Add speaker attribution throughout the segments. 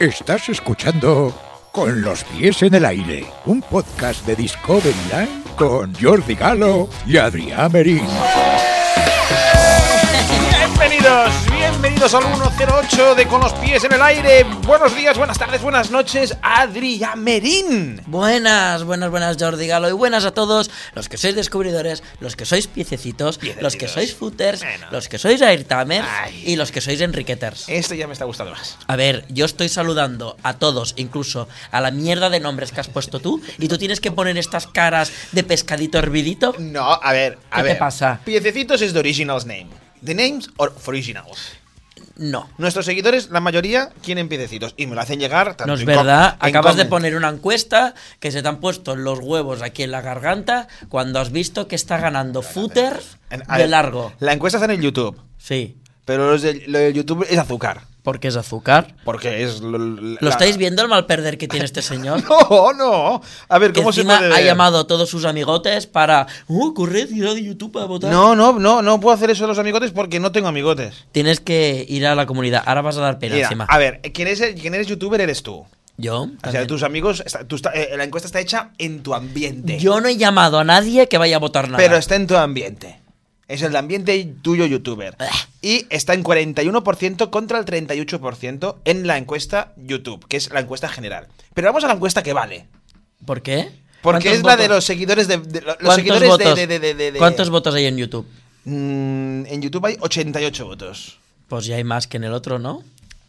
Speaker 1: Estás escuchando Con los pies en el aire, un podcast de Discovery Line con Jordi Galo y Adrián Merín.
Speaker 2: Bienvenidos, bienvenidos al 108 de Con los pies en el aire. Buenos días, buenas tardes, buenas noches, Adrián Merín.
Speaker 3: Buenas, buenas, buenas Jordi Galo y buenas a todos los que sois descubridores, los que sois piececitos,
Speaker 2: Piececitos.
Speaker 3: los que sois footers,
Speaker 2: Bueno.
Speaker 3: los que sois airtamers
Speaker 2: Ay.
Speaker 3: y los que sois enriqueters.
Speaker 2: Este ya me está gustando más.
Speaker 3: A ver, yo estoy saludando a todos, incluso a la mierda de nombres que has puesto tú y tú tienes que poner estas caras de pescadito hervidito.
Speaker 2: No, a ver, a
Speaker 3: ¿Qué te
Speaker 2: ver.
Speaker 3: pasa?
Speaker 2: Piececitos es de originals name. The names or for originals.
Speaker 3: No.
Speaker 2: Nuestros seguidores, la mayoría, quieren piececitos y me lo hacen llegar. tanto
Speaker 3: No es
Speaker 2: en
Speaker 3: verdad,
Speaker 2: com- en
Speaker 3: acabas de
Speaker 2: comment.
Speaker 3: poner una encuesta que se te han puesto los huevos aquí en la garganta cuando has visto que está ganando footer
Speaker 2: En- a
Speaker 3: de
Speaker 2: ver,
Speaker 3: largo.
Speaker 2: La encuesta está en el YouTube,
Speaker 3: Sí,
Speaker 2: pero los del- lo del YouTube es azúcar.
Speaker 3: porque es azúcar.
Speaker 2: Porque es. ¿Lo,
Speaker 3: ¿Lo
Speaker 2: la-
Speaker 3: estáis viendo el mal perder que tiene este señor?
Speaker 2: No, no. A ver,
Speaker 3: que
Speaker 2: ¿cómo se
Speaker 3: encima
Speaker 2: puede
Speaker 3: ha
Speaker 2: ver?
Speaker 3: llamado a todos sus amigotes para. ¡Uh, corred y de YouTube a votar!
Speaker 2: No, no, no, no puedo hacer eso de los amigotes porque no tengo amigotes.
Speaker 3: Tienes que ir a la comunidad. Ahora vas a dar pena
Speaker 2: Mira,
Speaker 3: encima.
Speaker 2: a ver, quien eres, quien eres youtuber eres tú.
Speaker 3: Yo.
Speaker 2: O sea,
Speaker 3: también.
Speaker 2: tus amigos, está- tú está- eh, la encuesta está hecha en tu ambiente.
Speaker 3: Yo no he llamado a nadie que vaya a votar nada.
Speaker 2: Pero está en tu ambiente. Es el ambiente tuyo youtuber.
Speaker 3: Ah.
Speaker 2: Y está en 41% contra el 38% en la encuesta YouTube, que es la encuesta general. Pero vamos a la encuesta que vale.
Speaker 3: ¿Por qué?
Speaker 2: Porque
Speaker 3: ¿Cuántos
Speaker 2: es la de
Speaker 3: votos-
Speaker 2: los seguidores de, de- lo- los
Speaker 3: ¿cuántos
Speaker 2: seguidores de-
Speaker 3: votos,
Speaker 2: de, de- de- de- de-
Speaker 3: ¿Cuántos votos hay en YouTube?
Speaker 2: Mm, en YouTube hay 88 votos.
Speaker 3: Pues ya hay más que en el otro, ¿no?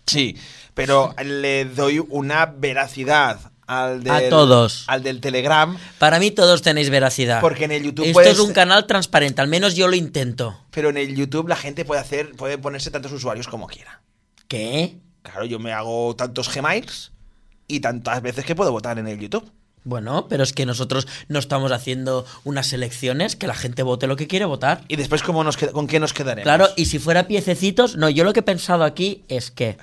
Speaker 2: Sí, pero le doy una veracidad al del,
Speaker 3: A todos.
Speaker 2: al del Telegram.
Speaker 3: Para mí todos tenéis veracidad.
Speaker 2: Porque en el YouTube
Speaker 3: Esto
Speaker 2: puedes-
Speaker 3: es un canal transparente, al menos yo lo intento.
Speaker 2: Pero en el YouTube la gente puede hacer, puede ponerse tantos usuarios como quiera.
Speaker 3: ¿Qué?
Speaker 2: Claro, yo me hago tantos Gmails y tantas veces que puedo votar en el YouTube.
Speaker 3: Bueno, pero es que nosotros no estamos haciendo unas elecciones que la gente vote lo que quiere votar.
Speaker 2: Y después, ¿cómo nos queda- ¿con qué nos quedaremos?
Speaker 3: Claro, y si fuera piececitos, no, yo lo que he pensado aquí es que.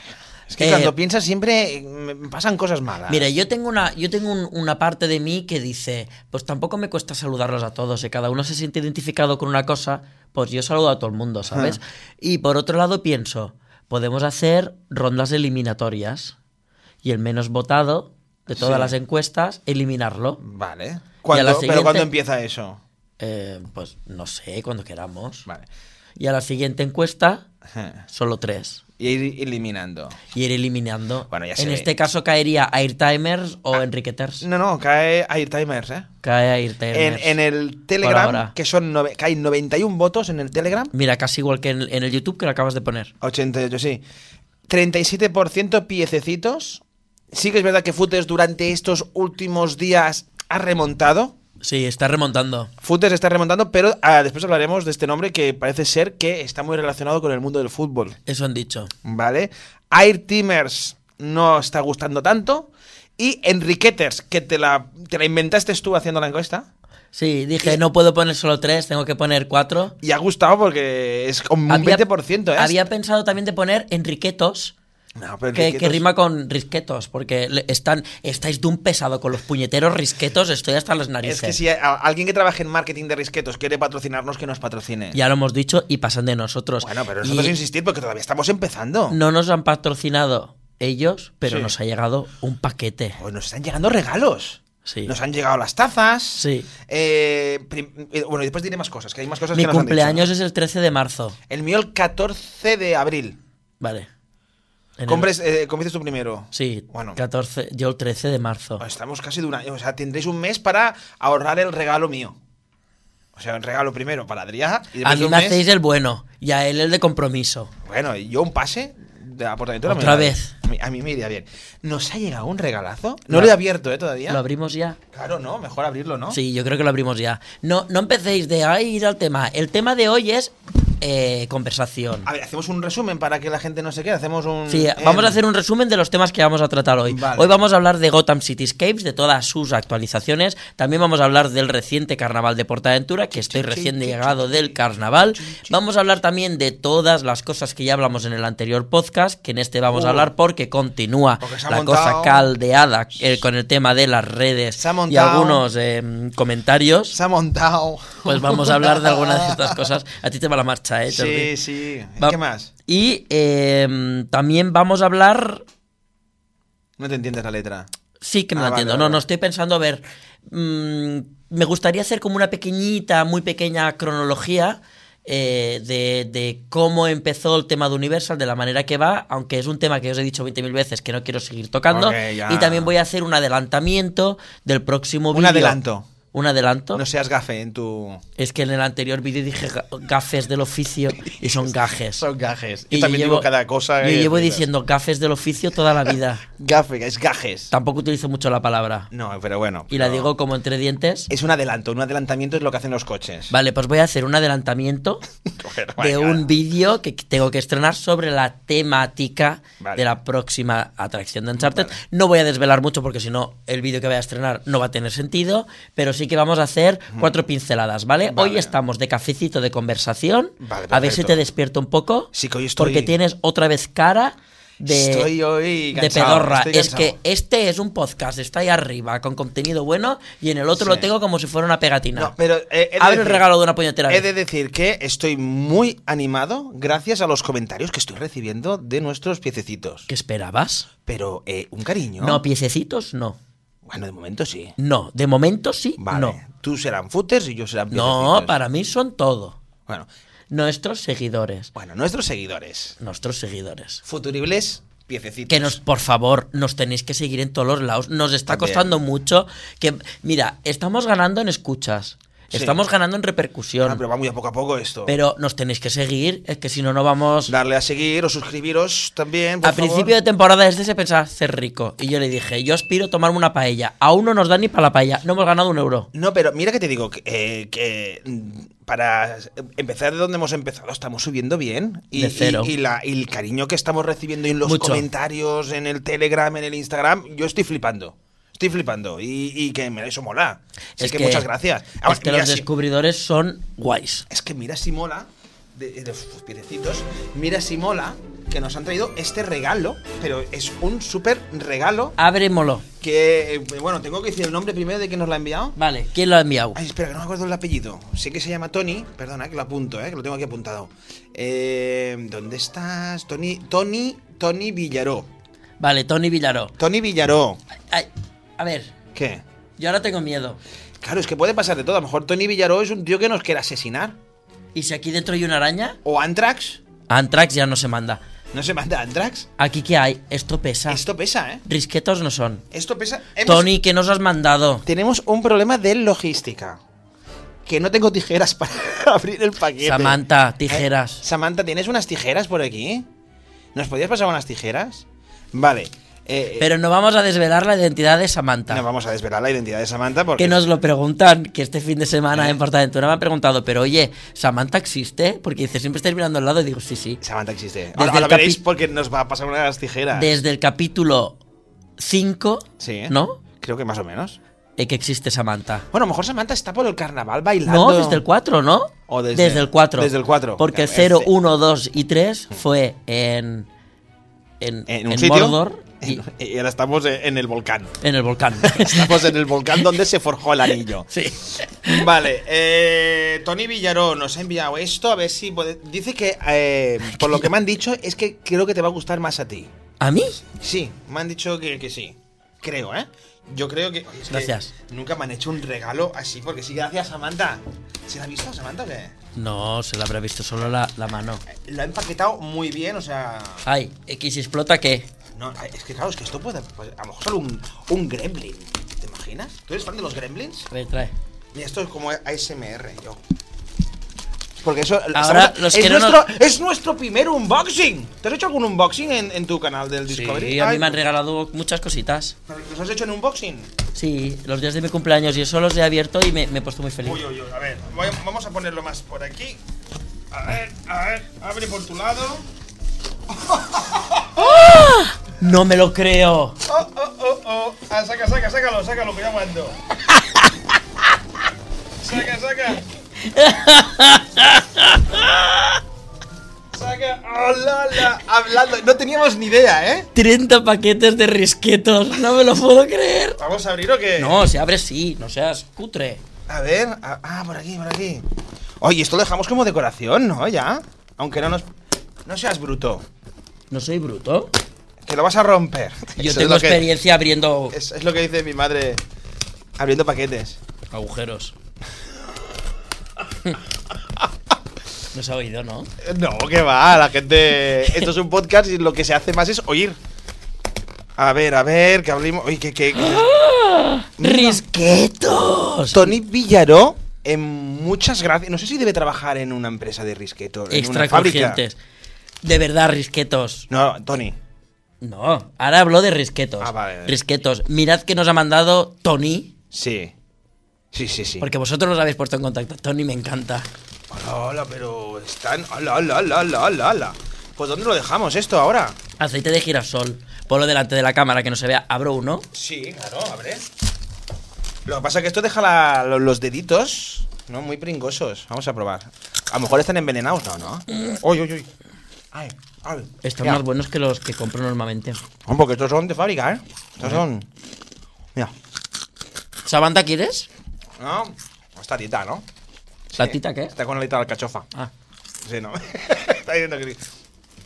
Speaker 2: Es que
Speaker 3: eh,
Speaker 2: cuando piensas siempre eh, me pasan cosas malas.
Speaker 3: Mira, yo tengo una, yo tengo un- una parte de mí que dice, pues tampoco me cuesta saludarlos a todos. Si cada uno se siente identificado con una cosa, pues yo saludo a todo el mundo, ¿sabes? Y por otro lado pienso, podemos hacer rondas eliminatorias y el menos votado de todas
Speaker 2: Sí.
Speaker 3: las encuestas, eliminarlo.
Speaker 2: Vale. ¿Cuándo-
Speaker 3: siguiente-
Speaker 2: pero ¿cuándo empieza eso?
Speaker 3: Eh, pues no sé, cuando queramos.
Speaker 2: Vale.
Speaker 3: Y a la siguiente encuesta, solo tres.
Speaker 2: Y ir eliminando.
Speaker 3: Y ir eliminando.
Speaker 2: Bueno, ya Ah. se
Speaker 3: en
Speaker 2: ve.
Speaker 3: este caso caería Airtimers o Enriqueters.
Speaker 2: No, no, cae Airtimers, ¿eh?
Speaker 3: Cae
Speaker 2: En,
Speaker 3: Airtimers.
Speaker 2: en el Telegram,
Speaker 3: ahora.
Speaker 2: que son nove- que hay 91 votos en el Telegram,
Speaker 3: Mira, casi igual que en, en el YouTube que lo acabas de poner.
Speaker 2: 88, sí. 37% piececitos. Sí que es verdad que Footers durante estos últimos días ha remontado.
Speaker 3: Sí, está remontando.
Speaker 2: Footers está remontando, pero ah, después hablaremos de este nombre que parece ser que está muy relacionado con el mundo del fútbol.
Speaker 3: Eso han dicho.
Speaker 2: ¿Vale? Airtimers no está gustando tanto. Y Enriqueters, que te la, te la inventaste tú haciendo la encuesta.
Speaker 3: Sí, dije, no puedo poner solo tres, tengo que poner cuatro.
Speaker 2: Y ha gustado porque es como un 20%, ¿eh?
Speaker 3: había pensado también de poner Enriquetos,
Speaker 2: No, pero
Speaker 3: que, que
Speaker 2: Enriquetos-
Speaker 3: rima con risquetos, porque le- están, estáis de un pesado con los puñeteros risquetos, estoy hasta las narices.
Speaker 2: Es que si a- alguien que trabaje en marketing de risquetos quiere patrocinarnos, que nos patrocine.
Speaker 3: Ya lo hemos dicho y pasan de nosotros.
Speaker 2: Bueno, pero
Speaker 3: Y
Speaker 2: nosotros insistir porque todavía estamos empezando.
Speaker 3: No nos han patrocinado ellos, pero
Speaker 2: Sí.
Speaker 3: nos ha llegado un paquete.
Speaker 2: Pues nos están llegando regalos.
Speaker 3: Sí.
Speaker 2: Nos han llegado las tazas.
Speaker 3: Sí.
Speaker 2: Eh, prim- eh, bueno, y después diré más cosas, que hay más cosas
Speaker 3: Mi
Speaker 2: que nos han dicho.
Speaker 3: cumpleaños es el 13 de marzo.
Speaker 2: El mío el 14 de abril.
Speaker 3: Vale. En el-
Speaker 2: Compres, eh, compres tú primero.
Speaker 3: Sí,
Speaker 2: Bueno. Pues,
Speaker 3: 14, yo el 13 de marzo.
Speaker 2: Estamos casi de un año. O sea, tendréis un mes para ahorrar el regalo mío. O sea, el regalo primero para Adrián. Y después
Speaker 3: A
Speaker 2: de
Speaker 3: mí
Speaker 2: un
Speaker 3: me
Speaker 2: mes-
Speaker 3: hacéis el bueno y a él el de compromiso.
Speaker 2: Bueno, y yo un pase de la Portaventura me
Speaker 3: Otra
Speaker 2: iría
Speaker 3: vez.
Speaker 2: bien. A mí, a mí me iría bien. ¿Nos ha llegado un regalazo? No
Speaker 3: No.
Speaker 2: lo he abierto, ¿eh? Todavía.
Speaker 3: ¿Lo abrimos ya?
Speaker 2: Claro, no, mejor abrirlo, ¿no?
Speaker 3: Sí, yo creo que lo abrimos ya. No, no empecéis de ahí ir al tema. El tema de hoy es eh, conversación.
Speaker 2: A ver, hacemos un resumen para que la gente no se quede. Hacemos un.
Speaker 3: Sí, vamos a hacer un resumen de los temas que vamos a tratar hoy.
Speaker 2: Mm, em. Vale.
Speaker 3: Hoy vamos a hablar de Gotham Cityscapes, de todas sus actualizaciones. También vamos a hablar del reciente carnaval de Portaventura, que estoy recién llegado del carnaval. Vamos a hablar también de todas las cosas que ya hablamos en el anterior podcast, que en este vamos a hablar porque continúa
Speaker 2: Oh. Porque se ha
Speaker 3: la
Speaker 2: montado-
Speaker 3: cosa caldeada eh, con el tema de las redes
Speaker 2: Se ha
Speaker 3: y
Speaker 2: montado-
Speaker 3: algunos eh, comentarios.
Speaker 2: Se ha montado.
Speaker 3: Pues vamos a hablar de algunas de estas cosas. A ti te va la marcha, ¿eh? Jordi?
Speaker 2: Sí,
Speaker 3: em,
Speaker 2: sí.
Speaker 3: Va-
Speaker 2: ¿Qué más?
Speaker 3: Y eh, también vamos a hablar
Speaker 2: No te entiendes la letra.
Speaker 3: Sí, que me
Speaker 2: Ah,
Speaker 3: la
Speaker 2: vale,
Speaker 3: entiendo.
Speaker 2: vale,
Speaker 3: No, no
Speaker 2: vale.
Speaker 3: estoy pensando, a ver. mm, me gustaría hacer como una pequeñita, muy pequeña cronología eh, de, de cómo empezó el tema de Universal, de la manera que va, aunque es un tema que os he dicho 20.000 veces que no quiero seguir tocando.
Speaker 2: Ok, ya.
Speaker 3: y también voy a hacer un adelantamiento del próximo
Speaker 2: Un
Speaker 3: vídeo.
Speaker 2: adelanto.
Speaker 3: Un adelanto.
Speaker 2: No seas gafe en tu.
Speaker 3: Es que en el anterior vídeo dije ga- gafes del oficio y son gajes.
Speaker 2: Son gajes.
Speaker 3: Y
Speaker 2: Yo también
Speaker 3: llevo-
Speaker 2: digo cada cosa.
Speaker 3: Yo
Speaker 2: que
Speaker 3: llevo
Speaker 2: flipas.
Speaker 3: diciendo gafes del oficio toda la vida.
Speaker 2: Gafe, es gajes.
Speaker 3: Tampoco utilizo mucho la palabra.
Speaker 2: No, pero bueno.
Speaker 3: Y la
Speaker 2: pero-
Speaker 3: digo como entre dientes.
Speaker 2: Es un adelanto. Un adelantamiento es lo que hacen los coches.
Speaker 3: Vale, pues voy a hacer un adelantamiento
Speaker 2: Pero
Speaker 3: de
Speaker 2: vaya.
Speaker 3: un vídeo que tengo que estrenar sobre la temática
Speaker 2: Vale.
Speaker 3: de la próxima atracción de Uncharted. No voy a desvelar mucho porque si no, el vídeo que voy a estrenar no va a tener sentido, pero sí que vamos a hacer cuatro pinceladas, ¿vale?
Speaker 2: Vale.
Speaker 3: Hoy estamos de cafecito de conversación.
Speaker 2: Vale,
Speaker 3: a ver si
Speaker 2: perfecto.
Speaker 3: te despierto un poco.
Speaker 2: Sí, que hoy estoy-
Speaker 3: Porque tienes otra vez cara de...
Speaker 2: Estoy hoy
Speaker 3: de
Speaker 2: cansado,
Speaker 3: pedorra.
Speaker 2: estoy
Speaker 3: es
Speaker 2: cansado.
Speaker 3: que este es un podcast, está ahí arriba, con contenido bueno, y en el otro
Speaker 2: Sí.
Speaker 3: lo tengo como si fuera una pegatina.
Speaker 2: No, pero. eh, he de
Speaker 3: Abre el
Speaker 2: decir-
Speaker 3: regalo de una puñetera
Speaker 2: He
Speaker 3: vez.
Speaker 2: de decir que estoy muy animado gracias a los comentarios que estoy recibiendo de nuestros piececitos.
Speaker 3: ¿Qué esperabas?
Speaker 2: Pero, eh, un cariño.
Speaker 3: No, piececitos, no.
Speaker 2: Bueno, de momento sí.
Speaker 3: No, de momento sí,
Speaker 2: Vale.
Speaker 3: no.
Speaker 2: Tú serán footers y yo serán
Speaker 3: No,
Speaker 2: piececitos.
Speaker 3: para mí son todo.
Speaker 2: Bueno,
Speaker 3: Nuestros seguidores.
Speaker 2: bueno, nuestros seguidores.
Speaker 3: Nuestros seguidores.
Speaker 2: Futuribles, piececitos.
Speaker 3: Que nos, por favor, nos tenéis que seguir en todos los lados. Nos está
Speaker 2: También.
Speaker 3: costando mucho. Que, mira, estamos ganando en escuchas.
Speaker 2: Sí.
Speaker 3: Estamos ganando en
Speaker 2: Ah,
Speaker 3: repercusión.
Speaker 2: pero va muy a poco a poco esto.
Speaker 3: pero nos tenéis que seguir. Es que si no, no vamos.
Speaker 2: Darle a seguir o suscribiros también. Por
Speaker 3: A principio de temporada este se pensaba ser rico. Y yo le dije, yo aspiro a tomarme una paella. Aún no nos dan ni para la paella. No hemos ganado un euro.
Speaker 2: No, pero mira que te digo que, eh, que, mm, para empezar de donde hemos empezado estamos subiendo bien y,
Speaker 3: De cero.
Speaker 2: y- y la- y el cariño que estamos recibiendo en los
Speaker 3: Mucho.
Speaker 2: comentarios, en el Telegram, en el Instagram, yo estoy flipando. Estoy flipando y, y que me eso mola. Así que, muchas gracias. Ahora,
Speaker 3: es que
Speaker 2: mira
Speaker 3: los
Speaker 2: si-
Speaker 3: descubridores son guays.
Speaker 2: es que mira si mola de, de los piecitos, mira si mola que nos han traído este regalo, pero es un súper regalo
Speaker 3: Ábremolo.
Speaker 2: que eh, bueno, tengo que decir el nombre primero de quien nos lo ha enviado.
Speaker 3: Vale, ¿quién lo ha enviado?
Speaker 2: Ay, espera, que no me acuerdo el apellido. Sé que se llama Tony. Perdona, que lo apunto, ¿eh? que lo tengo aquí apuntado. Eh, ¿Dónde estás? Tony, Tony, Tony Villaró.
Speaker 3: Vale, Tony Villaró.
Speaker 2: Tony Villaró.
Speaker 3: Ay, a ver,
Speaker 2: ¿Qué?
Speaker 3: yo ahora tengo miedo.
Speaker 2: Claro, es que puede pasar de todo. A lo mejor Tony Villaró es un tío que nos quiere asesinar.
Speaker 3: ¿Y si aquí dentro hay una araña?
Speaker 2: O Antrax.
Speaker 3: Antrax ya no se manda.
Speaker 2: ¿No se manda Antrax?
Speaker 3: ¿Aquí qué hay? Esto pesa.
Speaker 2: Esto pesa, ¿eh?
Speaker 3: Risquetos no son.
Speaker 2: Esto pesa. Hemos-
Speaker 3: Ah. Tony, ¿qué nos has mandado?
Speaker 2: Tenemos un problema de logística. Que no tengo tijeras para abrir el paquete.
Speaker 3: Samantha, tijeras.
Speaker 2: Eh, Samantha, ¿tienes unas tijeras por aquí? ¿Nos podías pasar unas tijeras? Vale. eh,
Speaker 3: Pero no vamos a desvelar la identidad de Samantha.
Speaker 2: No vamos a desvelar la identidad de Samantha porque. ¿Eh?
Speaker 3: Que nos lo preguntan, que este fin de semana en Portaventura me han preguntado, pero oye, ¿Samantha existe? Porque dice, siempre estáis mirando al lado y digo, sí, sí.
Speaker 2: Samantha existe. Ahora,
Speaker 3: Desde
Speaker 2: ahora
Speaker 3: el capi-
Speaker 2: veréis porque nos va a pasar una de las tijeras.
Speaker 3: Desde el capítulo 5,
Speaker 2: Ah. Sí, ¿eh?
Speaker 3: ¿no?
Speaker 2: Creo que más o menos.
Speaker 3: Eh, que existe Samantha.
Speaker 2: Bueno, a lo mejor Samantha está por el carnaval bailando.
Speaker 3: No, desde el 4, ¿no?
Speaker 2: O desde-
Speaker 3: el 4.
Speaker 2: desde el 4.
Speaker 3: Porque el
Speaker 2: Claro, este.
Speaker 3: 0, 1, 2 y 3 fue en. En,
Speaker 2: En un
Speaker 3: en
Speaker 2: sitio.
Speaker 3: Mordor y
Speaker 2: Y ahora estamos en el volcán.
Speaker 3: en el volcán.
Speaker 2: Estamos en el volcán donde se forjó el anillo.
Speaker 3: sí.
Speaker 2: Vale, eh, Tony Villaró nos ha enviado esto. A ver si. puede- Dice que, eh, por lo que me han dicho, es que creo que te va a gustar más a ti.
Speaker 3: ¿A mí?
Speaker 2: Sí, me han dicho que, que sí. Creo, ¿eh? Yo creo que. oye, es que
Speaker 3: Gracias.
Speaker 2: nunca me han hecho un regalo así, porque sí, gracias, Samantha. ¿Se la ha visto, Samantha? o qué?
Speaker 3: No, se la habrá visto solo la, la mano.
Speaker 2: Lo ha empaquetado muy bien, o sea.
Speaker 3: Ay, X explota qué.
Speaker 2: No, es que claro, es que esto puede. pues, a lo mejor solo un, un gremlin. ¿Te imaginas? ¿Tú eres fan de los gremlins?
Speaker 3: Trae, trae.
Speaker 2: Mira, esto es como ASMR, yo. Porque eso.
Speaker 3: Ahora,
Speaker 2: estamos-
Speaker 3: los
Speaker 2: es,
Speaker 3: que no
Speaker 2: nuestro,
Speaker 3: nos-
Speaker 2: es nuestro primer unboxing. ¿Te has hecho algún unboxing en, en tu canal del
Speaker 3: Sí,
Speaker 2: Discovery?
Speaker 3: a mí
Speaker 2: Ay,
Speaker 3: me han regalado muchas cositas.
Speaker 2: ¿pero ¿Los has hecho en unboxing?
Speaker 3: Sí, los días de mi cumpleaños y eso los he abierto y me, me he puesto muy feliz.
Speaker 2: Uy, uy, uy, a ver, voy a- vamos a ponerlo más por aquí. A ver, a ver, abre por tu lado.
Speaker 3: No me lo
Speaker 2: Oh,
Speaker 3: creo.
Speaker 2: oh, oh, oh. Ah, saca, saca, sácalo, sácalo, que ya mando. Saca, saca. Saca. Oh, la, la. Hablando. No teníamos ni idea, ¿eh?
Speaker 3: 30 paquetes de risquetos. No me lo puedo creer.
Speaker 2: ¿Vamos a abrir o qué?
Speaker 3: No, se abre sí, no seas cutre.
Speaker 2: A ver, a- ah, por aquí, por aquí. Oye, esto lo dejamos como decoración, ¿no? Ya. Aunque no nos. No seas bruto.
Speaker 3: No soy bruto.
Speaker 2: Te lo vas a romper.
Speaker 3: Yo
Speaker 2: Eso es
Speaker 3: tengo
Speaker 2: lo que-
Speaker 3: experiencia abriendo
Speaker 2: es, es lo que dice mi madre abriendo paquetes.
Speaker 3: agujeros. No se ha oído, ¿no?
Speaker 2: Eh, No, que va, la gente. Esto es un podcast y lo que se hace más es oír. A ver, a ver, que hablemos. Uy, que. que-
Speaker 3: ¡Risquetos!
Speaker 2: Tony Villaró, en muchas gracias. No sé si debe trabajar en una empresa de risqueto. En una fábrica.
Speaker 3: Extracurgentes. De verdad, risquetos.
Speaker 2: No, Tony.
Speaker 3: No, ahora hablo de risquetos.
Speaker 2: Ah, vale.
Speaker 3: Risquetos. Mirad que nos ha mandado Tony,
Speaker 2: Sí. Sí, sí, sí.
Speaker 3: porque vosotros nos habéis puesto en contacto. Tony me encanta.
Speaker 2: Hola, hola, pero están. Hola, hola, hola, hola, hola, hola. Pues ¿dónde lo dejamos esto ahora?
Speaker 3: Aceite de girasol. Ponlo delante de la cámara que no se vea. Abro uno.
Speaker 2: Sí, claro, abre. Lo que pasa es que esto deja la- lo- los deditos, ¿no? Muy pringosos. Vamos a probar. A lo mejor están envenenados, ¿no? ¿No? Uy, uy, uy. Ay, ay.
Speaker 3: Están
Speaker 2: Mira.
Speaker 3: más buenos que los que compro normalmente.
Speaker 2: Ah, Porque estos son de fábrica, ¿eh? Estos son. Mira.
Speaker 3: ¿Sabanta quieres?
Speaker 2: ¿No? Esta tita, ¿no?
Speaker 3: ¿La
Speaker 2: Sí.
Speaker 3: tita qué?
Speaker 2: Está con la tita de alcachofa.
Speaker 3: Ah,
Speaker 2: Sí, ¿no? Está diciendo que sí.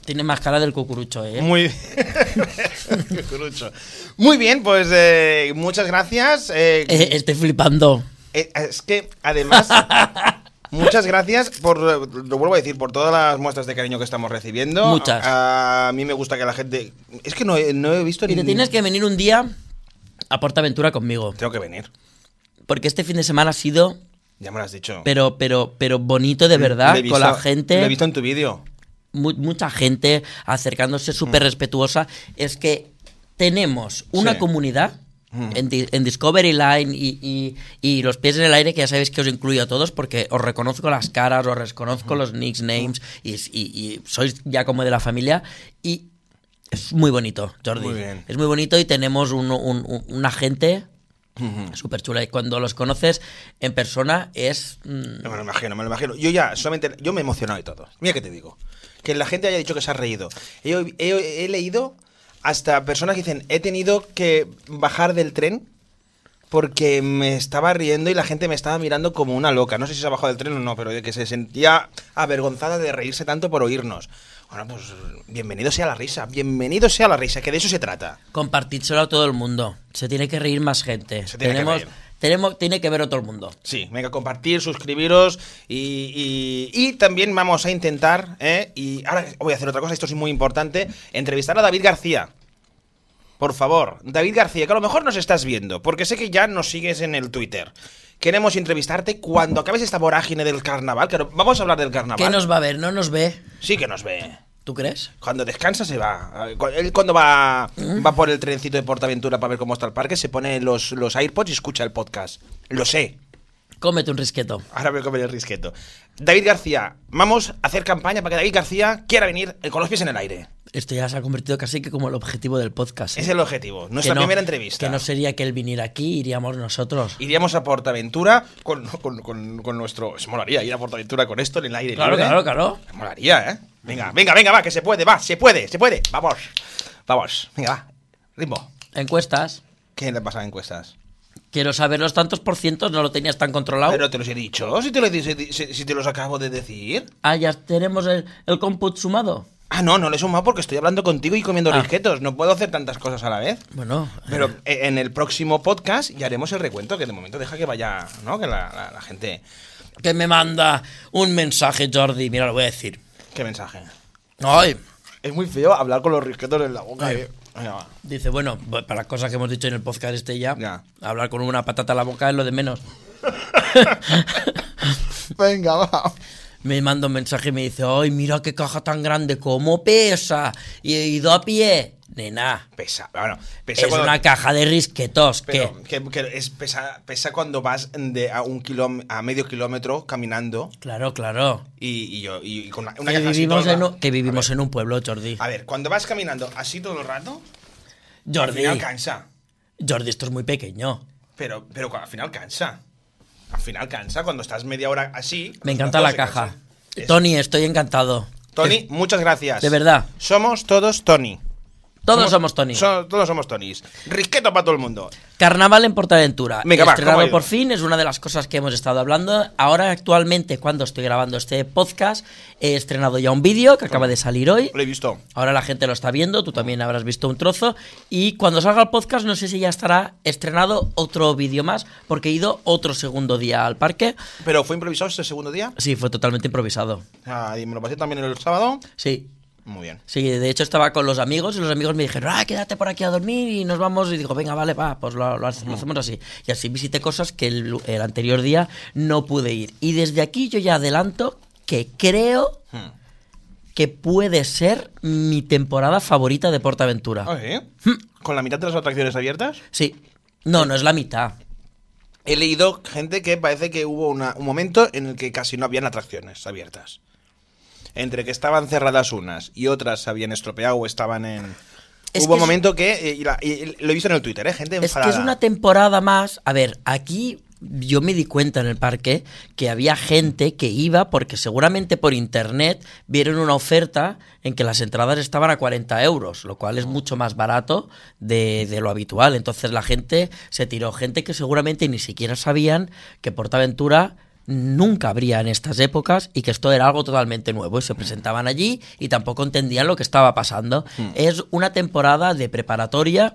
Speaker 3: tiene más cara del cucurucho, ¿eh?
Speaker 2: Muy bien. Cucurucho. Muy bien, pues eh, muchas gracias. eh,
Speaker 3: Eh, estoy flipando.
Speaker 2: Eh, Es que, además, muchas gracias por, eh, lo vuelvo a decir, por todas las muestras de cariño que estamos recibiendo.
Speaker 3: Muchas.
Speaker 2: A, a mí me gusta que la gente... Es que no, he- no he visto
Speaker 3: Y te
Speaker 2: ningún-
Speaker 3: tienes que venir un día a PortAventura conmigo.
Speaker 2: Tengo que venir.
Speaker 3: Porque este fin de semana ha sido,
Speaker 2: Ya me lo has dicho.
Speaker 3: pero, pero, pero bonito de verdad,
Speaker 2: Lo he visto-
Speaker 3: con la
Speaker 2: Lo he
Speaker 3: gente.
Speaker 2: visto en tu vídeo.
Speaker 3: mu- mucha gente acercándose súper respetuosa. Es que tenemos una
Speaker 2: Mm. Sí. Mm.
Speaker 3: comunidad en, Di- en Discovery Line y, y- y los pies en el aire, que ya sabéis que os incluyo a todos porque os reconozco las caras, os
Speaker 2: Mm.
Speaker 3: reconozco los nicknames y, y- y sois ya como de la familia. Y es muy bonito, Jordi.
Speaker 2: Muy bien.
Speaker 3: Es muy bonito y tenemos un, un- un- una gente.
Speaker 2: Mm-hmm.
Speaker 3: Súper chula, y cuando los conoces en persona es. mm,
Speaker 2: No me lo imagino, me lo imagino. Yo ya, solamente, yo me he emocionado y todo. Mira que te digo. Que la gente haya dicho que se ha reído. He, oí- he- he leído hasta personas que dicen, he tenido que bajar del tren porque me estaba riendo y la gente me estaba mirando como una loca. No sé si se ha bajado del tren o no, pero que se sentía avergonzada de reírse tanto por oírnos. Bueno, pues bienvenido sea la risa, bienvenido sea la risa, que de eso se trata.
Speaker 3: Compartírselo a todo el mundo. Se tiene que reír más gente.
Speaker 2: Se tiene que
Speaker 3: tenemos,
Speaker 2: reír.
Speaker 3: tenemos, tiene que ver a todo el mundo.
Speaker 2: Sí, venga, compartir, suscribiros y, y- y también vamos a intentar, ¿eh? y ahora voy a hacer otra cosa, esto es muy importante, entrevistar a David García. Por favor, David García, que a lo mejor nos estás viendo, porque sé que ya nos sigues en el Twitter. Queremos entrevistarte cuando acabes esta vorágine del carnaval, que ahora- vamos a hablar del
Speaker 3: ¿Qué
Speaker 2: carnaval.
Speaker 3: nos va a ver? ¿No nos ve?
Speaker 2: Sí que nos ve.
Speaker 3: ¿Tú crees?
Speaker 2: Cuando descansa se va. Eh, cu- Él cuando va, va por el trencito de Portaventura para ver cómo está el parque, se pone los, los AirPods y escucha el podcast. Lo sé.
Speaker 3: Cómete un risqueto.
Speaker 2: Ahora voy a comer el risqueto. David García, vamos a hacer campaña para que David García quiera venir eh, con los pies en el aire.
Speaker 3: Esto ya se ha convertido casi que como el objetivo del podcast. ¿eh?
Speaker 2: Es el objetivo.
Speaker 3: Que
Speaker 2: Nuestra
Speaker 3: no-
Speaker 2: primera entrevista.
Speaker 3: Que no sería que él viniera aquí, iríamos nosotros.
Speaker 2: Iríamos a Portaventura con, con- con- con nuestro. Se molaría ir a Portaventura con esto en el aire.
Speaker 3: Claro,
Speaker 2: libre.
Speaker 3: claro, claro.
Speaker 2: Me molaría, ¿eh? Venga, venga, venga, va, que se puede, va, se puede, se puede. Vamos, vamos, venga, va. Ritmo,
Speaker 3: Encuestas.
Speaker 2: ¿qué le pasa a encuestas?
Speaker 3: Quiero saber los tantos por cientos, no lo tenías tan controlado.
Speaker 2: Pero te los he dicho, si te, los, si- si- si te los acabo de decir.
Speaker 3: Ah, ya tenemos el, el comput sumado.
Speaker 2: Ah, no, no les he sumado porque estoy hablando contigo y comiendo
Speaker 3: Ah.
Speaker 2: risquetos. No puedo hacer tantas cosas a la vez.
Speaker 3: Bueno,
Speaker 2: Pero eh, en el próximo podcast ya haremos el recuento, que de momento deja que vaya, ¿no? Que la, la- la gente...
Speaker 3: que me manda un mensaje, Jordi. Mira, lo voy a decir.
Speaker 2: ¿Qué mensaje?
Speaker 3: Ay,
Speaker 2: Es muy feo hablar con los risquetos en la boca.
Speaker 3: Ay.
Speaker 2: eh. Venga, va.
Speaker 3: Dice, bueno, bu- para las cosas que hemos dicho en el podcast este ya,
Speaker 2: Ya.
Speaker 3: hablar con una patata a la boca es lo de menos.
Speaker 2: Venga, va.
Speaker 3: me manda un mensaje y me dice, ay, mira qué caja tan grande, cómo pesa. Y he ido a pie. Nena,
Speaker 2: Pesa, bueno, pesa
Speaker 3: es
Speaker 2: cuando...
Speaker 3: una caja de risquetos.
Speaker 2: pero
Speaker 3: que
Speaker 2: que- que es pesa, pesa cuando vas de a un kilómetro, a medio kilómetro caminando
Speaker 3: Claro, claro.
Speaker 2: y, y yo y, y con una, una
Speaker 3: Que
Speaker 2: caja así
Speaker 3: vivimos,
Speaker 2: toda-
Speaker 3: en un, que vivimos en un pueblo, Jordi.
Speaker 2: A ver, cuando vas caminando así todo el rato, al
Speaker 3: Jordi,
Speaker 2: final cansa.
Speaker 3: Jordi, esto es muy pequeño.
Speaker 2: Pero, pero al final cansa. Al final cansa cuando estás media hora así.
Speaker 3: Me
Speaker 2: los
Speaker 3: encanta
Speaker 2: brazos
Speaker 3: la
Speaker 2: se
Speaker 3: caja.
Speaker 2: cansan. Es-
Speaker 3: Tony, estoy encantado.
Speaker 2: Tony, muchas gracias.
Speaker 3: De verdad.
Speaker 2: Somos todos Tony.
Speaker 3: Todos somos Tony.
Speaker 2: So- todos somos Tonys. Risqueto para todo el mundo.
Speaker 3: Carnaval en Portaventura.
Speaker 2: Venga, va,
Speaker 3: Estrenado
Speaker 2: ¿cómo ha ido?
Speaker 3: por fin, es una de las cosas que hemos estado hablando. Ahora, actualmente, cuando estoy grabando este podcast, he estrenado ya un vídeo que acaba de salir hoy.
Speaker 2: Lo he visto.
Speaker 3: Ahora la gente lo está viendo, tú también habrás visto un trozo. Y cuando salga el podcast, no sé si ya estará estrenado otro vídeo más, porque he ido otro segundo día al parque.
Speaker 2: Pero fue improvisado este segundo día.
Speaker 3: Sí, fue totalmente improvisado.
Speaker 2: Ah, y me lo pasé también el sábado.
Speaker 3: Sí.
Speaker 2: Muy bien.
Speaker 3: Sí, de hecho estaba con los amigos y los amigos me dijeron, ah, quédate por aquí a dormir y nos vamos. Y digo, venga, vale, va, pues lo, lo hace- lo hacemos así. Y así visité cosas que el, el anterior día no pude ir. Y desde aquí yo ya adelanto que creo que puede ser mi temporada favorita de Portaventura.
Speaker 2: Ah, ¿sí?
Speaker 3: Hmm.
Speaker 2: Con la mitad de las atracciones abiertas.
Speaker 3: Sí. No, no es la mitad.
Speaker 2: He leído gente que parece que hubo una- un momento en el que casi no habían atracciones abiertas. Entre que estaban cerradas unas y otras se habían estropeado o estaban en...
Speaker 3: Es
Speaker 2: hubo
Speaker 3: que
Speaker 2: un
Speaker 3: es-
Speaker 2: momento que... eh, y la- y- y lo he visto en el Twitter, ¿eh? Gente
Speaker 3: Es
Speaker 2: enfadada.
Speaker 3: que es una temporada más. A ver, aquí yo me di cuenta en el parque que había gente que iba porque seguramente por internet vieron una oferta en que las entradas estaban a 40 euros, lo cual es mucho más barato de, de lo habitual. Entonces la gente se tiró, gente que seguramente ni siquiera sabían que Portaventura nunca habría en estas épocas y que esto era algo totalmente nuevo y se presentaban allí y tampoco entendían lo que estaba pasando. Es una temporada de preparatoria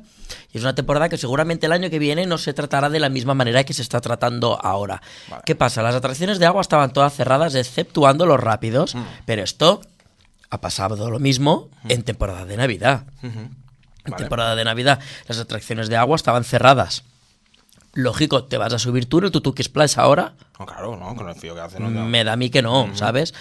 Speaker 3: y es una temporada que seguramente el año que viene no se tratará de la misma manera que se está tratando ahora. ¿Qué pasa? Las atracciones de agua estaban todas cerradas exceptuando los rápidos, pero esto ha pasado lo mismo en temporada de Navidad. En
Speaker 2: Vale.
Speaker 3: temporada de Navidad las atracciones de agua estaban cerradas. Lógico, te vas a subir tú en el Tutuki Splash ahora.
Speaker 2: No, claro, ¿no? Con el frío que hace, ¿no?
Speaker 3: Me da a mí que no, ¿sabes?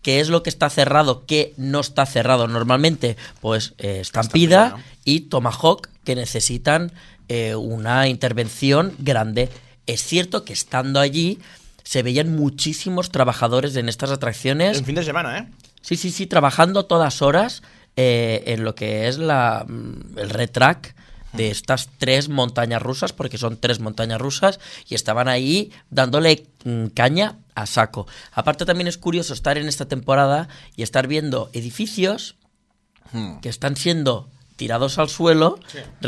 Speaker 3: ¿Qué es lo que está cerrado? ¿Qué no está cerrado normalmente? Pues eh, Estampida
Speaker 2: Estampida, ¿no?
Speaker 3: y Tomahawk, que necesitan eh, una intervención grande. Es cierto que estando allí se veían muchísimos trabajadores en estas atracciones.
Speaker 2: En fin de semana, ¿eh?
Speaker 3: Sí, sí, sí, trabajando a todas horas eh, en lo que es la, mm, el retrack de estas tres montañas rusas, porque son tres montañas rusas, y estaban ahí dándole mm, caña a saco. Aparte también es curioso estar en esta temporada y estar viendo edificios que están siendo tirados al suelo,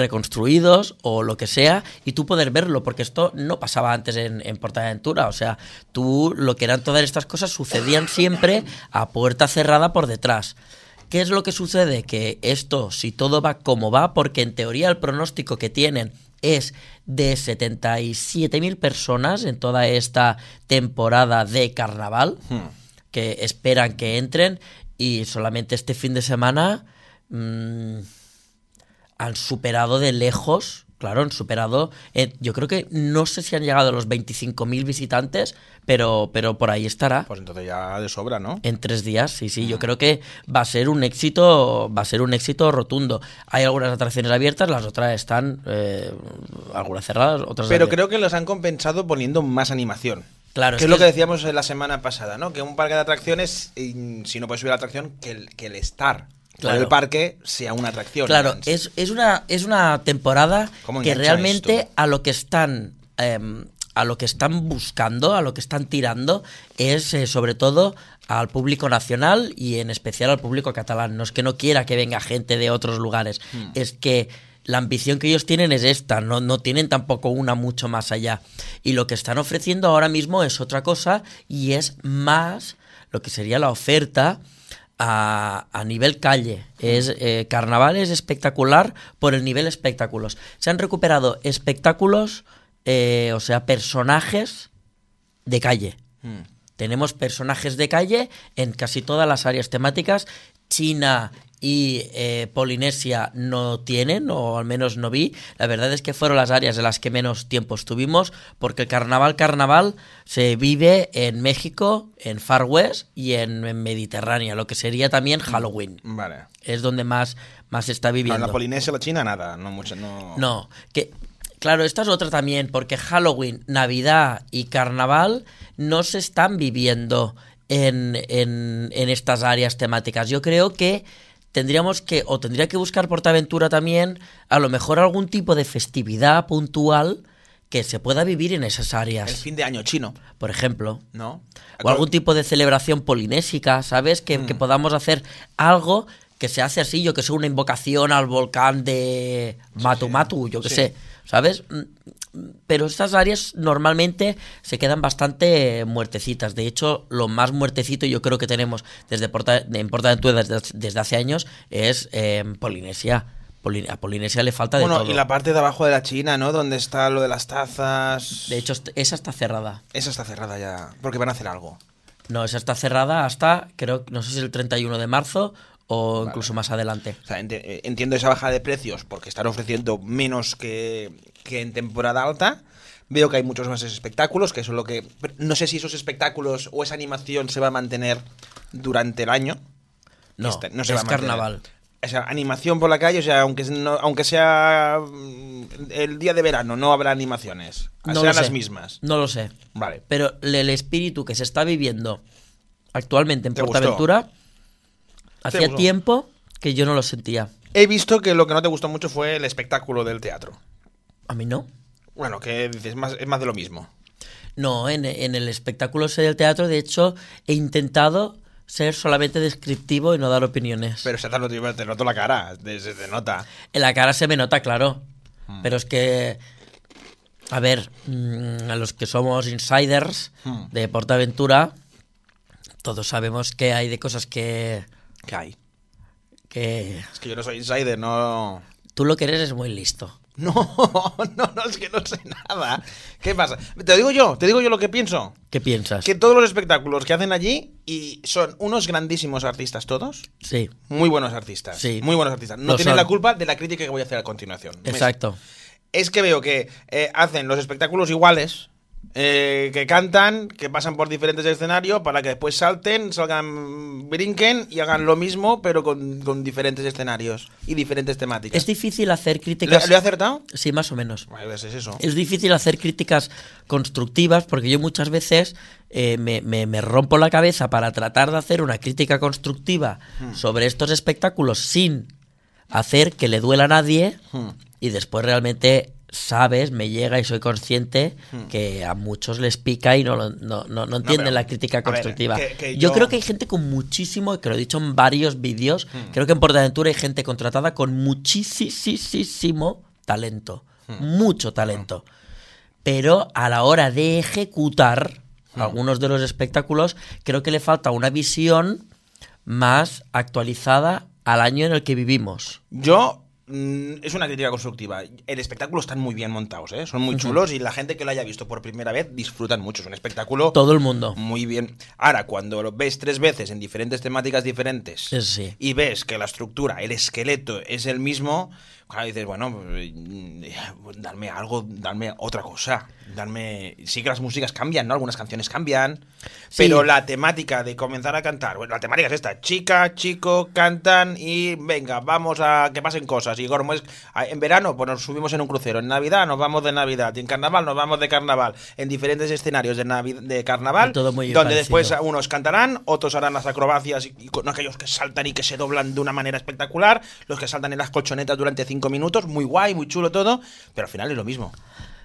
Speaker 3: reconstruidos o lo que sea, y tú poder verlo, porque esto no pasaba antes en, en Portaventura. O sea, tú lo que eran todas estas cosas sucedían siempre a puerta cerrada por detrás. ¿Qué es lo que sucede? Que esto, si todo va como va, porque en teoría el pronóstico que tienen es de 77.000 personas en toda esta temporada de carnaval, que esperan que entren y solamente este fin de semana mm, han superado de lejos, claro, han superado, eh, yo creo que no sé si han llegado a los 25.000 visitantes, pero, pero por ahí estará.
Speaker 2: Pues entonces ya de sobra, ¿no?
Speaker 3: En tres días, sí, sí.
Speaker 2: Ah.
Speaker 3: Yo creo que va a ser un éxito, va a ser un éxito rotundo. Hay algunas atracciones abiertas, las otras están eh, algunas cerradas,
Speaker 2: Pero
Speaker 3: otras. abiertas.
Speaker 2: creo que los han compensado poniendo más animación.
Speaker 3: Claro,
Speaker 2: que
Speaker 3: es
Speaker 2: es lo
Speaker 3: que
Speaker 2: que
Speaker 3: es-
Speaker 2: decíamos la semana pasada, ¿no? Que un parque de atracciones, y, si no puedes subir a la atracción, que el, que el estar
Speaker 3: Claro.
Speaker 2: por el parque sea una atracción.
Speaker 3: Claro,
Speaker 2: Sí.
Speaker 3: es, es una, es una temporada
Speaker 2: ¿Cómo
Speaker 3: que
Speaker 2: engancha
Speaker 3: realmente
Speaker 2: esto?
Speaker 3: a lo que están. em, a lo que están buscando, a lo que están tirando, es eh, sobre todo al público nacional y en especial al público catalán. No es que no quiera que venga gente de otros lugares,
Speaker 2: Hmm.
Speaker 3: es que la ambición que ellos tienen es esta, no, no tienen tampoco una mucho más allá. Y lo que están ofreciendo ahora mismo es otra cosa y es más lo que sería la oferta a, a nivel calle. Es, eh, carnaval es espectacular por el nivel espectáculos. Se han recuperado espectáculos, eh, o sea, personajes de calle. Tenemos personajes de calle en casi todas las áreas temáticas. China y eh, Polinesia no tienen, o al menos no vi. La verdad es que fueron las áreas en las que menos tiempo estuvimos, porque el carnaval, carnaval se vive en México, en Far West y en, en Mediterránea, lo que sería también Halloween.
Speaker 2: Vale.
Speaker 3: Es donde más, más se está
Speaker 2: No,
Speaker 3: viviendo.
Speaker 2: en la Polinesia, la China, nada. No mucho, no...
Speaker 3: No, que claro, esta es otra también, porque Halloween, Navidad y Carnaval no se están viviendo en, en- en estas áreas temáticas. Yo creo que tendríamos que, o tendría que buscar Portaventura también, a lo mejor algún tipo de festividad puntual que se pueda vivir en esas
Speaker 2: El
Speaker 3: áreas,
Speaker 2: fin de año chino,
Speaker 3: por ejemplo.
Speaker 2: ¿no? Mm.
Speaker 3: O algún tipo de celebración polinésica, ¿sabes? Que, que podamos hacer algo que se hace así, yo que sé, una invocación al volcán de Matu Matu, yo que
Speaker 2: Sí.
Speaker 3: sé, ¿sabes? Mm, mm, Pero estas áreas normalmente se quedan bastante muertecitas. De hecho, lo más muertecito yo creo que tenemos desde Porta, en Portaventura desde, desde hace años es eh, Polinesia. Polin- a Polinesia le falta de
Speaker 2: Bueno,
Speaker 3: todo.
Speaker 2: y la parte de abajo de la China, ¿no? Donde está lo de las tazas.
Speaker 3: De hecho, est- esa está cerrada.
Speaker 2: Esa está cerrada ya, porque van a hacer algo.
Speaker 3: No, esa está cerrada hasta, creo, no sé si el 31 de marzo o incluso más adelante.
Speaker 2: O sea, ente- eh, entiendo esa baja de precios porque están ofreciendo menos que, que en temporada alta. Veo que hay muchos más espectáculos, que eso es lo que... pero No sé si esos espectáculos o esa animación se va a mantener durante el año. Este,
Speaker 3: No,
Speaker 2: Está-
Speaker 3: es
Speaker 2: mantener.
Speaker 3: carnaval.
Speaker 2: O sea, animación por la calle, o sea, aunque, no- aunque sea mm, el día de verano, no habrá animaciones.
Speaker 3: No
Speaker 2: serán
Speaker 3: lo
Speaker 2: las
Speaker 3: sé.
Speaker 2: mismas.
Speaker 3: No lo sé.
Speaker 2: Vale.
Speaker 3: Pero le- el espíritu que se está viviendo actualmente en
Speaker 2: ¿Te gustó?
Speaker 3: Portaventura, hacía
Speaker 2: gustó?
Speaker 3: tiempo que yo no lo sentía.
Speaker 2: He visto que lo que no te gustó mucho fue el espectáculo del teatro.
Speaker 3: A mí no.
Speaker 2: Bueno, que dices, más, es más de lo mismo.
Speaker 3: No, en, en el espectáculo ese del teatro, de hecho, he intentado ser solamente descriptivo y no dar opiniones.
Speaker 2: Pero se te, noto- te noto la cara, te- se te nota.
Speaker 3: En la cara se me nota, claro.
Speaker 2: Hmm.
Speaker 3: Pero es que. A ver, mm, a los que somos insiders
Speaker 2: Hmm.
Speaker 3: de Portaventura, todos sabemos que hay de cosas que.
Speaker 2: ¿Qué hay?
Speaker 3: que.
Speaker 2: Es que yo no soy insider, no.
Speaker 3: Tú lo que eres es muy listo.
Speaker 2: No, no, no, es que no sé nada. ¿Qué pasa? Te digo yo, te digo yo lo que pienso.
Speaker 3: ¿Qué piensas?
Speaker 2: Que todos los espectáculos que hacen allí y son unos grandísimos artistas todos,
Speaker 3: Sí,
Speaker 2: muy buenos artistas,
Speaker 3: Sí.
Speaker 2: muy buenos artistas. No
Speaker 3: Lo
Speaker 2: tienen
Speaker 3: son.
Speaker 2: la culpa de la crítica que voy a hacer a continuación. Me-
Speaker 3: exacto.
Speaker 2: Es que veo que eh, hacen los espectáculos iguales, eh, que cantan, que pasan por diferentes escenarios para que después salten, salgan, brinquen y hagan lo mismo, pero con, con diferentes escenarios y diferentes temáticas.
Speaker 3: Es difícil hacer
Speaker 2: ¿Lo,
Speaker 3: críticas.
Speaker 2: lo he acertado?
Speaker 3: Sí, más o menos.
Speaker 2: A veces eso.
Speaker 3: Es difícil hacer críticas constructivas porque yo muchas veces eh, me, me- me rompo la cabeza para tratar de hacer una crítica constructiva sobre estos espectáculos sin hacer que le duela a nadie y después realmente sabes, me llega y soy consciente que a muchos les pica y no, lo- no, no- no entienden
Speaker 2: pero,
Speaker 3: la crítica
Speaker 2: a ver,
Speaker 3: constructiva.
Speaker 2: que- que
Speaker 3: yo...
Speaker 2: yo-
Speaker 3: creo que hay gente con muchísimo, que lo he dicho en varios vídeos,
Speaker 2: Hmm.
Speaker 3: creo que en Portaventura hay gente contratada con muchísimo talento,
Speaker 2: Hmm.
Speaker 3: mucho talento pero a la hora de ejecutar
Speaker 2: Hmm.
Speaker 3: algunos de los espectáculos, creo que le falta una visión más actualizada al año en el que vivimos.
Speaker 2: Yo. mm, Es una crítica constructiva. El espectáculo están muy bien montados, ¿eh? son muy chulos y la gente que lo haya visto por primera vez disfrutan mucho. Es un espectáculo
Speaker 3: Todo el mundo.
Speaker 2: Muy bien. Ahora, cuando lo ves tres veces en diferentes temáticas diferentes
Speaker 3: Sí, sí.
Speaker 2: y ves que la estructura, el esqueleto es el mismo, claro, dices, bueno, pues, mm, darme algo, darme otra cosa. Darme... Sí que las músicas cambian, ¿no? Algunas canciones cambian.
Speaker 3: Sí.
Speaker 2: Pero la temática de comenzar a cantar, bueno, la temática es esta, chica, chico, cantan y venga, vamos a que pasen cosas. Y como es, a- en verano pues nos subimos en un crucero, en Navidad nos vamos de Navidad, y en Carnaval nos vamos de Carnaval, en diferentes escenarios de, Navi- de Carnaval,
Speaker 3: Y todo muy
Speaker 2: donde
Speaker 3: parecido.
Speaker 2: después unos cantarán, otros harán las acrobacias y y con aquellos que saltan y que se doblan de una manera espectacular, los que saltan en las colchonetas durante cinco minutos, muy guay, muy chulo todo, pero al final es lo mismo.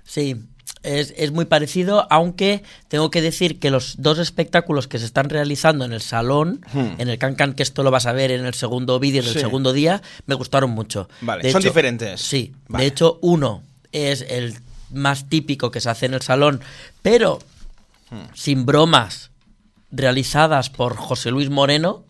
Speaker 3: Sí, es, es muy parecido, aunque tengo que decir que los dos espectáculos que se están realizando en el salón,
Speaker 2: Hmm.
Speaker 3: en el Cancan, que esto lo vas a ver en el segundo vídeo, en el
Speaker 2: Sí.
Speaker 3: segundo día, me gustaron mucho.
Speaker 2: Vale,
Speaker 3: De
Speaker 2: son
Speaker 3: hecho-
Speaker 2: diferentes.
Speaker 3: Sí,
Speaker 2: Vale.
Speaker 3: de hecho uno es el más típico que se hace en el salón, pero
Speaker 2: Hmm.
Speaker 3: sin bromas realizadas por José Luis Moreno,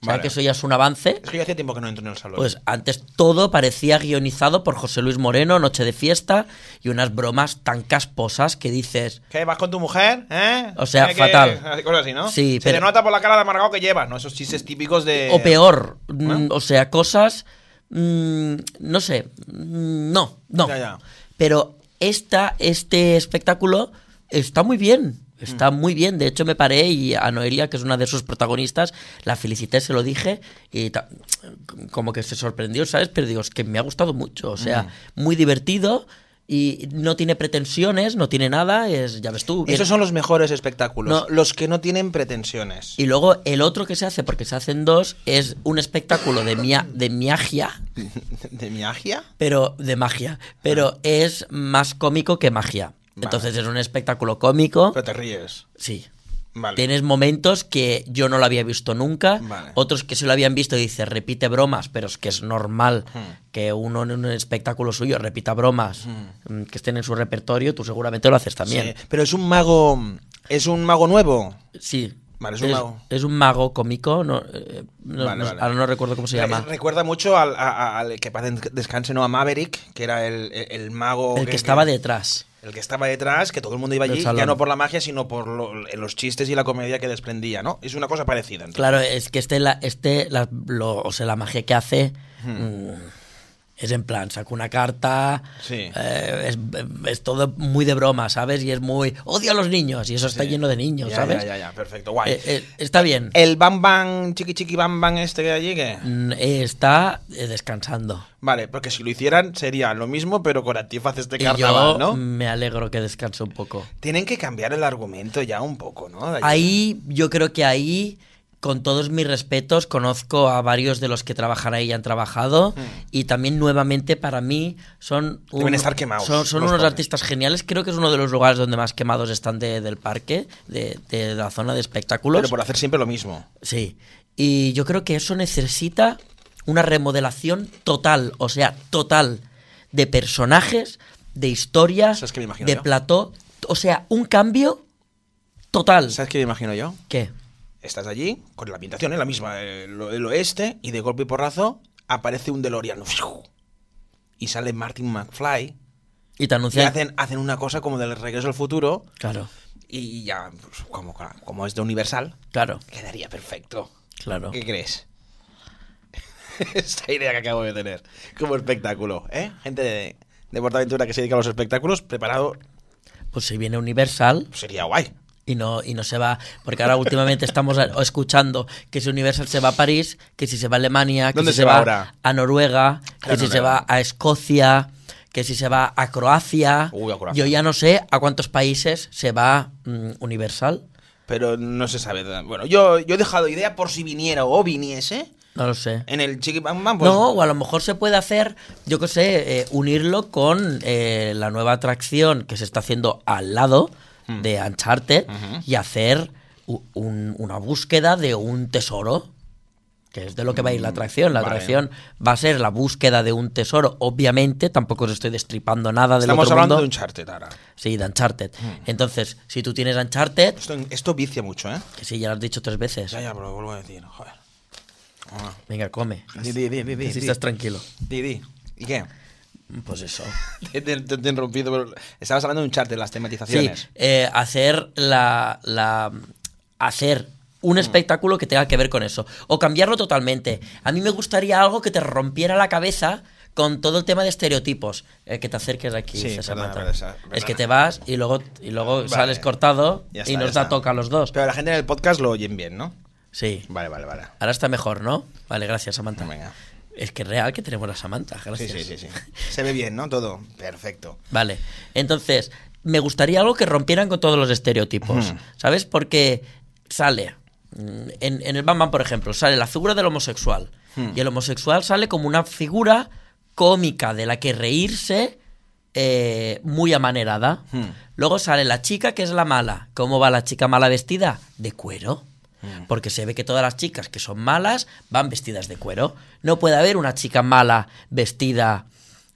Speaker 3: o sea
Speaker 2: Vale.
Speaker 3: que eso ya es un avance.
Speaker 2: Es que yo hace tiempo que no entro en el salón.
Speaker 3: Pues antes todo parecía guionizado por José Luis Moreno, Noche de Fiesta, y unas bromas tan casposas que dices.
Speaker 2: ¿Qué? ¿Vas con tu mujer? ¿Eh?
Speaker 3: O sea,
Speaker 2: ¿Qué, qué?
Speaker 3: fatal.
Speaker 2: Cosas así, ¿no?
Speaker 3: Sí,
Speaker 2: Se
Speaker 3: pero-
Speaker 2: te nota por la cara de amargado que llevas, ¿no? Esos chistes típicos de...
Speaker 3: o peor, mm,
Speaker 2: ¿no?
Speaker 3: o sea, cosas. mm, no sé. mm, No, no.
Speaker 2: Ya, ya.
Speaker 3: Pero esta, este espectáculo está muy bien.
Speaker 2: Mm.
Speaker 3: Está muy bien. De hecho, me paré y a Noelia, que es una de sus protagonistas, la felicité, se lo dije y ta- como que se sorprendió, ¿sabes? Pero digo, es que me ha gustado mucho. O sea,
Speaker 2: Mm.
Speaker 3: muy divertido y no tiene pretensiones, no tiene nada. Es, ya ves tú. bien-
Speaker 2: Esos son los mejores espectáculos.
Speaker 3: eh, No.
Speaker 2: Los que no tienen pretensiones.
Speaker 3: y luego el otro que se hace, porque se hacen dos, es un espectáculo de, mia, de miagia,
Speaker 2: ¿De miagia?
Speaker 3: pero de magia.
Speaker 2: Ah.
Speaker 3: Pero es más cómico que magia. Entonces es un espectáculo cómico.
Speaker 2: Pero te ríes.
Speaker 3: Sí.
Speaker 2: Vale.
Speaker 3: Tienes momentos que yo no lo había visto nunca,
Speaker 2: Vale.
Speaker 3: otros que sí lo habían visto y dice repite bromas, pero es que es normal
Speaker 2: Hmm.
Speaker 3: que uno en un espectáculo suyo repita bromas mm, que estén en su repertorio, tú seguramente lo haces también.
Speaker 2: Sí, Pero es un mago. ¿Es un mago nuevo?
Speaker 3: Sí.
Speaker 2: Vale, es un mago.
Speaker 3: es un mago cómico, no, eh, no-
Speaker 2: Vale,
Speaker 3: no-
Speaker 2: vale.
Speaker 3: ahora no recuerdo cómo se
Speaker 2: Re-
Speaker 3: llama.
Speaker 2: Recuerda mucho al, a- a- al que paz en- descanse no a Maverick, que era el, el- el mago.
Speaker 3: El que estaba detrás.
Speaker 2: El que estaba detrás, que todo el mundo iba
Speaker 3: Del
Speaker 2: allí, ya
Speaker 3: salón.
Speaker 2: no por la magia, sino por lo- los chistes y la comedia que desprendía, ¿no? Es una cosa parecida. entonces.
Speaker 3: Claro, es que este, la, este la, lo- o sea, la magia que hace mm, es en plan, saca una carta,
Speaker 2: Sí.
Speaker 3: eh, es, es todo muy de broma, ¿sabes? Y es muy, odio a los niños, y eso está
Speaker 2: Sí.
Speaker 3: lleno de niños,
Speaker 2: Ya,
Speaker 3: ¿sabes?
Speaker 2: Ya, ya, ya, perfecto, guay.
Speaker 3: Eh, eh, está bien,
Speaker 2: El Bam Bam, chiqui chiqui Bam Bam este que allí, ¿qué?
Speaker 3: Mm, eh, está eh, descansando.
Speaker 2: Vale, porque si lo hicieran sería lo mismo, pero con antifaces de
Speaker 3: Y
Speaker 2: carnaval,
Speaker 3: yo mm.
Speaker 2: ¿no?
Speaker 3: me alegro que descanse un poco.
Speaker 2: Tienen que cambiar el argumento ya un poco, ¿no? De allí.
Speaker 3: Ahí, yo creo que ahí, con todos mis respetos, conozco a varios de los que trabajan ahí y han trabajado. Y también, nuevamente, para mí, son.
Speaker 2: Hmm.
Speaker 3: un-
Speaker 2: Deben estar quemados,
Speaker 3: Son, son
Speaker 2: los
Speaker 3: unos
Speaker 2: pobres.
Speaker 3: artistas geniales. Creo que es uno de los lugares donde más quemados están de- del parque, de, de la zona de espectáculos.
Speaker 2: Pero por hacer siempre lo mismo.
Speaker 3: Sí. Y yo creo que eso necesita una remodelación total, o sea, total, de personajes, de historias,
Speaker 2: Eso es que me imagino
Speaker 3: de
Speaker 2: yo.
Speaker 3: plató. O sea, un cambio total.
Speaker 2: ¿Sabes qué me imagino yo?
Speaker 3: ¿Qué?
Speaker 2: Estás allí, con la ambientación, es la misma, el, el oeste, y de golpe y porrazo aparece un DeLorean. ¡Fiu! Y sale Martin McFly.
Speaker 3: Y te
Speaker 2: Y
Speaker 3: anuncian.
Speaker 2: hacen, hacen una cosa como del regreso al futuro.
Speaker 3: Claro,
Speaker 2: Y ya, pues, como, como es de Universal,
Speaker 3: claro,
Speaker 2: quedaría perfecto.
Speaker 3: claro.
Speaker 2: ¿Qué crees? Esta idea que acabo de tener. Como espectáculo, ¿eh? Gente de, de Portaventura que se dedica a los espectáculos, preparado,
Speaker 3: Pues si viene Universal
Speaker 2: sería guay.
Speaker 3: y no, y no se va. Porque ahora últimamente estamos a- escuchando que si Universal se va a París, que si se va a Alemania, que
Speaker 2: ¿Dónde
Speaker 3: si
Speaker 2: se
Speaker 3: se
Speaker 2: va
Speaker 3: va
Speaker 2: ahora?
Speaker 3: a Noruega, que
Speaker 2: Claro,
Speaker 3: si se
Speaker 2: Noruega.
Speaker 3: va a Escocia, que si se va a Croacia.
Speaker 2: Uy, a Croacia.
Speaker 3: Yo ya no sé a cuántos países se va mm, Universal.
Speaker 2: Pero no se sabe. ¿verdad? Bueno, yo, yo he dejado idea por si viniera o viniese
Speaker 3: No lo sé.
Speaker 2: en el Chiqui Bam Bam. pues-
Speaker 3: No, o a lo mejor se puede hacer, yo qué sé, eh, unirlo con eh, la nueva atracción que se está haciendo al lado
Speaker 2: Mm.
Speaker 3: de Uncharted y hacer u- un- una búsqueda de un tesoro, que es de lo que va a ir la atracción. La
Speaker 2: Mm, vale.
Speaker 3: atracción va a ser la búsqueda de un tesoro, obviamente, tampoco os estoy destripando nada del
Speaker 2: Estamos
Speaker 3: otro
Speaker 2: hablando de un
Speaker 3: mundo.
Speaker 2: Mm. chartet ahora.
Speaker 3: Sí, de Uncharted. Entonces, si tú tienes Uncharted,
Speaker 2: Esto, esto vicia mucho, ¿eh?
Speaker 3: que sí, ya lo has dicho tres veces,
Speaker 2: Ya, ya, pero lo vuelvo a decir. Joder. Ah.
Speaker 3: venga, come.
Speaker 2: Di, di, di, di, di,
Speaker 3: Así
Speaker 2: di.
Speaker 3: estás tranquilo.
Speaker 2: Di, di. ¿Y qué?
Speaker 3: Pues eso.
Speaker 2: Te, te- te he interrumpido, pero estabas hablando de un chartet, las
Speaker 3: Sí,
Speaker 2: tematizaciones.
Speaker 3: eh, hacer la, la- hacer
Speaker 2: Mm.
Speaker 3: un espectáculo que tenga que ver con eso. O cambiarlo totalmente. A mí me gustaría algo que te rompiera la cabeza con todo el tema de estereotipos. Eh, que te acerques aquí.
Speaker 2: Sí,
Speaker 3: César
Speaker 2: perdona,
Speaker 3: Mata.
Speaker 2: pero esa-
Speaker 3: es
Speaker 2: perdona.
Speaker 3: que te vas y luego, y luego sales cortado
Speaker 2: Ya
Speaker 3: y
Speaker 2: está,
Speaker 3: nos
Speaker 2: ya
Speaker 3: da
Speaker 2: está.
Speaker 3: toca a los dos.
Speaker 2: Pero la gente en el podcast lo oyen bien, ¿no?
Speaker 3: Sí.
Speaker 2: Vale, vale, vale.
Speaker 3: Ahora está mejor, ¿no? Vale, gracias, Samantha.
Speaker 2: Venga.
Speaker 3: Es que es real que tenemos a Samantha.
Speaker 2: Sí,
Speaker 3: Gracias.
Speaker 2: sí, sí, sí. Se ve bien, ¿no? Todo. Perfecto.
Speaker 3: Vale. Entonces, me gustaría algo que rompieran con todos los estereotipos. ¿Sabes? Porque sale. mm, En, en el Batman, por ejemplo, sale la figura del homosexual. Y el homosexual sale como una figura cómica de la que reírse eh, muy amanerada. Luego sale la chica que es la mala. ¿Cómo va la chica mala vestida? De cuero. Porque se ve que todas las chicas que son malas van vestidas de cuero. No puede haber una chica mala vestida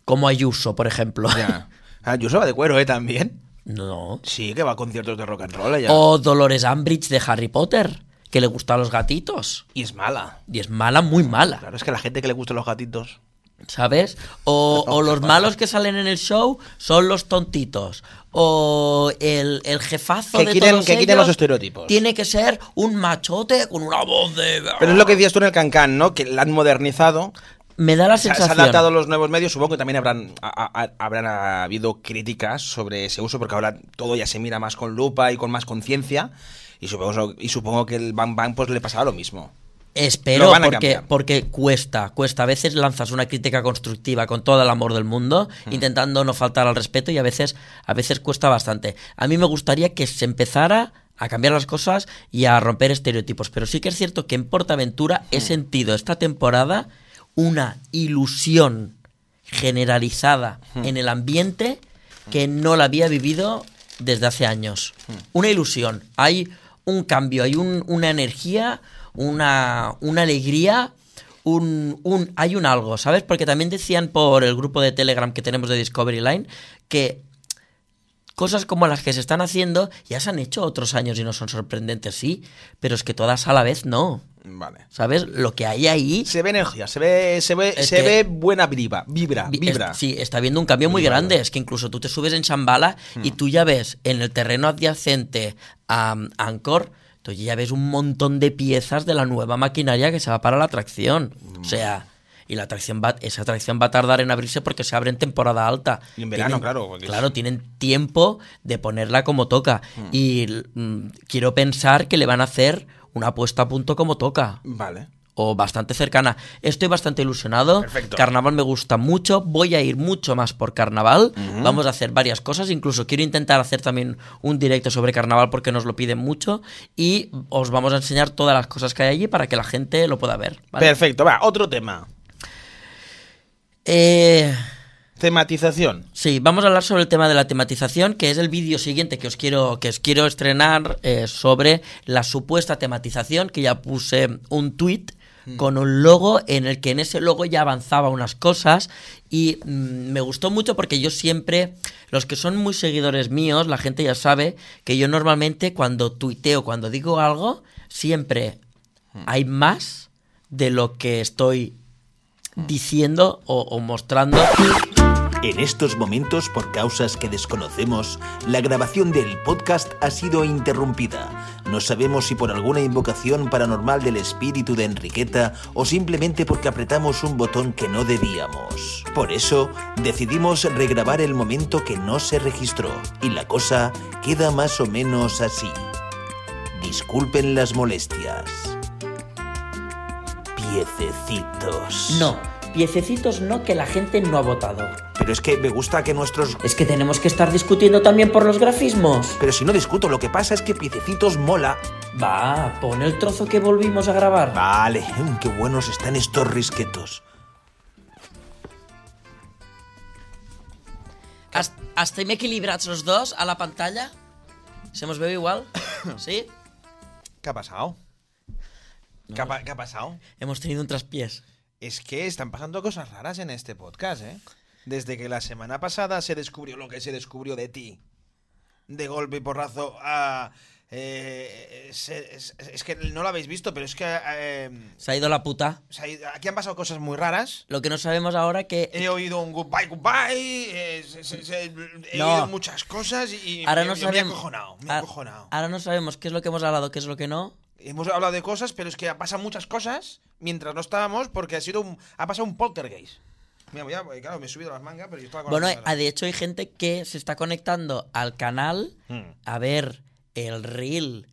Speaker 3: como Ayuso, por ejemplo.
Speaker 2: Ya. Ah, Yuso va de cuero, ¿eh? También.
Speaker 3: No.
Speaker 2: Sí, que va a conciertos de rock and roll allá.
Speaker 3: O Dolores Umbridge de Harry Potter, que le gustan los gatitos.
Speaker 2: Y es mala.
Speaker 3: Y es mala, muy mala,
Speaker 2: Claro, es que la gente que le gustan los gatitos.
Speaker 3: ¿sabes? O, o los malos que salen en el show son los tontitos. O el, el jefazo
Speaker 2: Que
Speaker 3: de
Speaker 2: quiten-
Speaker 3: todos
Speaker 2: que quiten los
Speaker 3: ellos
Speaker 2: estereotipos.
Speaker 3: Tiene que ser un machote con una voz de...
Speaker 2: Pero es lo que decías tú en el Cancán, ¿no? Que la han modernizado.
Speaker 3: Me da la
Speaker 2: Se, se
Speaker 3: sensación...
Speaker 2: han adaptado a los nuevos medios. Supongo que también habrán, a- a- habrán habido críticas sobre ese uso, porque ahora todo ya se mira más con lupa y con más conciencia. Y supongo, y supongo que el Bang Bang pues, le pasará lo mismo. Lo
Speaker 3: Espero,
Speaker 2: van a
Speaker 3: porque,
Speaker 2: cambiar.
Speaker 3: porque cuesta, cuesta. A veces lanzas una crítica constructiva con todo el amor del mundo, intentando no faltar al respeto y a veces, a veces cuesta bastante. A mí me gustaría que se empezara a cambiar las cosas y a romper estereotipos, pero sí que es cierto que en Portaventura he sentido esta temporada una ilusión generalizada en el ambiente que no la había vivido desde hace años. Una ilusión. Hay un cambio, hay un- una energía, una, una alegría, un, un- hay un algo, ¿sabes? Porque también decían por el grupo de Telegram que tenemos de Discovery Line que cosas como las que se están haciendo ya se han hecho otros años y no son sorprendentes, sí, pero es que todas a la vez no.
Speaker 2: Vale.
Speaker 3: ¿Sabes? Lo que hay ahí
Speaker 2: Se ve energía, se ve, se ve,
Speaker 3: Es
Speaker 2: se
Speaker 3: que-
Speaker 2: ve buena vibra, vibra,
Speaker 3: Vi-
Speaker 2: vibra.
Speaker 3: es- sí, está viendo un cambio muy grande. Es que incluso tú te subes en Shambhala
Speaker 2: Hmm.
Speaker 3: y tú ya ves en el terreno adyacente a mm, Angkor, tú ya ves un montón de piezas de la nueva maquinaria que se va para la atracción. O sea,
Speaker 2: Hmm.
Speaker 3: y la atracción va, esa atracción va a tardar en abrirse porque se abre en temporada alta.
Speaker 2: Y en verano, claro, porque es- Hmm.
Speaker 3: Claro, tienen tiempo de ponerla como toca. Y l- mm, quiero pensar que le van a hacer una puesta a punto como toca
Speaker 2: Vale.
Speaker 3: o bastante cercana. Estoy bastante ilusionado.
Speaker 2: Perfecto.
Speaker 3: Carnaval me gusta mucho. Voy a ir mucho más por carnaval. Vamos a hacer varias cosas. Incluso quiero intentar hacer también un directo sobre carnaval porque nos lo piden mucho. Y os vamos a enseñar todas las cosas que hay allí para que la gente lo pueda ver. ¿vale?
Speaker 2: Perfecto, va, otro tema.
Speaker 3: Eh,
Speaker 2: Tematización.
Speaker 3: sí, vamos a hablar sobre el tema de la tematización, que es el vídeo siguiente que os quiero, que os quiero estrenar eh, sobre la supuesta tematización, que ya puse un tweet con un logo en el que en ese logo ya avanzaba unas cosas y mm, me gustó mucho porque yo siempre, los que son muy seguidores míos, la gente ya sabe que yo normalmente cuando tuiteo, cuando digo algo, siempre hay más de lo que estoy diciendo o- o mostrando
Speaker 4: En estos momentos, por causas que desconocemos, la grabación del podcast ha sido interrumpida. No sabemos si por alguna invocación paranormal del espíritu de Enriqueta o simplemente porque apretamos un botón que no debíamos. Por eso, decidimos regrabar el momento que no se registró y la cosa queda más o menos así. Disculpen las molestias. Piececitos.
Speaker 3: No, piececitos no que la gente no ha votado.
Speaker 4: Pero es que me gusta que nuestros
Speaker 3: Es que tenemos que estar discutiendo también por los grafismos.
Speaker 4: Pero si no discuto, lo que pasa es que Piececitos mola.
Speaker 3: Va, pon el trozo que volvimos a grabar.
Speaker 4: Vale, mm, qué buenos están estos risquetos.
Speaker 3: Has- Estem equilibrats los dos a la pantalla? Se nos veu igual? ¿Sí?
Speaker 2: ¿Qué ha pasado? ¿Qué, ha, pa- qué ha pasado?
Speaker 3: Hemos tenido un traspiés.
Speaker 2: Es que están pasando cosas raras en este podcast, ¿eh? Desde que la semana pasada se descubrió lo que se descubrió de ti. De golpe y porrazo a... eh, se- es, es que no lo habéis visto, pero es que... eh,
Speaker 3: Se ha ido la puta.
Speaker 2: o sea, aquí han pasado cosas muy raras.
Speaker 3: Lo que no sabemos ahora que
Speaker 2: He oído un goodbye, goodbye. eh, se- se- se- he
Speaker 3: No.
Speaker 2: oído muchas cosas y, y
Speaker 3: ahora
Speaker 2: me,
Speaker 3: no
Speaker 2: me-
Speaker 3: Ah.
Speaker 2: me he
Speaker 3: sabemos
Speaker 2: acojonado. Me he
Speaker 3: Ahora-
Speaker 2: acojonado.
Speaker 3: Ahora no sabemos qué es lo que hemos hablado, qué es lo que no.
Speaker 2: Hemos hablado de cosas, pero es que pasan muchas cosas mientras no estábamos porque ha sido un- ha pasado un poltergeist. Mira, ya, eh, claro, me he subido las mangas, pero yo estaba con
Speaker 3: Bueno,
Speaker 2: las mangas.
Speaker 3: eh, de hecho hay gente que se está conectando al canal
Speaker 2: Hmm.
Speaker 3: a ver el reel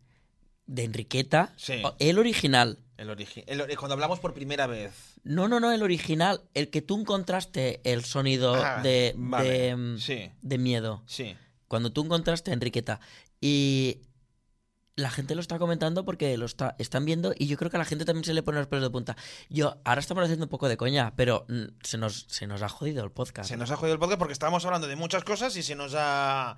Speaker 3: de Enriqueta,
Speaker 2: Sí.
Speaker 3: O- el original.
Speaker 2: El origi- el ori- cuando hablamos por primera vez.
Speaker 3: No, no, no, el original, el que tú encontraste el sonido
Speaker 2: Ah,
Speaker 3: de,
Speaker 2: vale,
Speaker 3: de, mm,
Speaker 2: sí.
Speaker 3: de miedo.
Speaker 2: Sí.
Speaker 3: Cuando tú encontraste a Enriqueta. Y la gente lo está comentando porque lo está, están viendo y yo creo que a la gente también se le pone los pelos de punta. Yo, ahora estamos haciendo un poco de coña, pero mm, se nos, se nos ha jodido el podcast.
Speaker 2: Se nos ha jodido el podcast porque estábamos hablando de muchas cosas y se nos ha.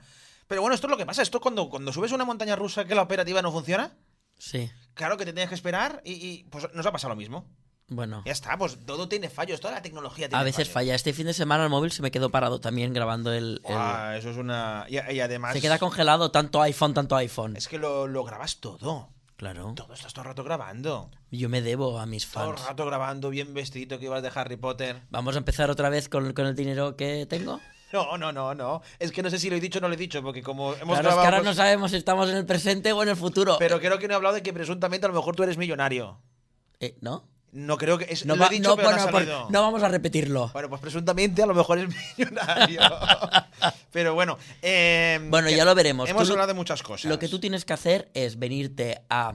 Speaker 2: Pero bueno, esto es lo que pasa. Esto es cuando, cuando subes una montaña rusa que la operativa no funciona.
Speaker 3: Sí,
Speaker 2: Claro que te tienes que esperar y, y, pues nos ha pasado lo mismo.
Speaker 3: bueno.
Speaker 2: Ya está, pues todo tiene fallos, toda la tecnología tiene
Speaker 3: A veces
Speaker 2: fallos.
Speaker 3: falla. Este fin de semana el móvil se me quedó parado también grabando el... el-
Speaker 2: Guau, Ah, eso es una. Y, y además.
Speaker 3: Se queda congelado tanto iPhone, tanto iPhone.
Speaker 2: Es que lo, lo grabas todo.
Speaker 3: Claro.
Speaker 2: Todo estás todo el rato grabando.
Speaker 3: Yo me debo a mis
Speaker 2: Todo el
Speaker 3: fans.
Speaker 2: rato grabando, bien vestidito que ibas de Harry Potter.
Speaker 3: Vamos a empezar otra vez con, con el dinero que tengo.
Speaker 2: No, no, no, no. Es que no sé si lo he dicho o no lo he dicho, porque como hemos
Speaker 3: Claro, es
Speaker 2: grabado.
Speaker 3: que ahora no
Speaker 2: cosas-
Speaker 3: sabemos si estamos en el presente o en el futuro.
Speaker 2: Pero creo que no he hablado de que presuntamente a lo mejor tú eres millonario.
Speaker 3: Eh, ¿no?
Speaker 2: No creo que. Es,
Speaker 3: No,
Speaker 2: lo
Speaker 3: va-
Speaker 2: he dicho,
Speaker 3: no,
Speaker 2: pero no,
Speaker 3: bueno,
Speaker 2: ha
Speaker 3: por-
Speaker 2: salido.
Speaker 3: no vamos a repetirlo.
Speaker 2: Bueno, pues presuntamente a lo mejor es millonario. pero bueno. eh,
Speaker 3: Bueno, ya lo veremos.
Speaker 2: Hemos
Speaker 3: Tú lo-
Speaker 2: hablado de muchas cosas.
Speaker 3: Lo que tú tienes que hacer es venirte a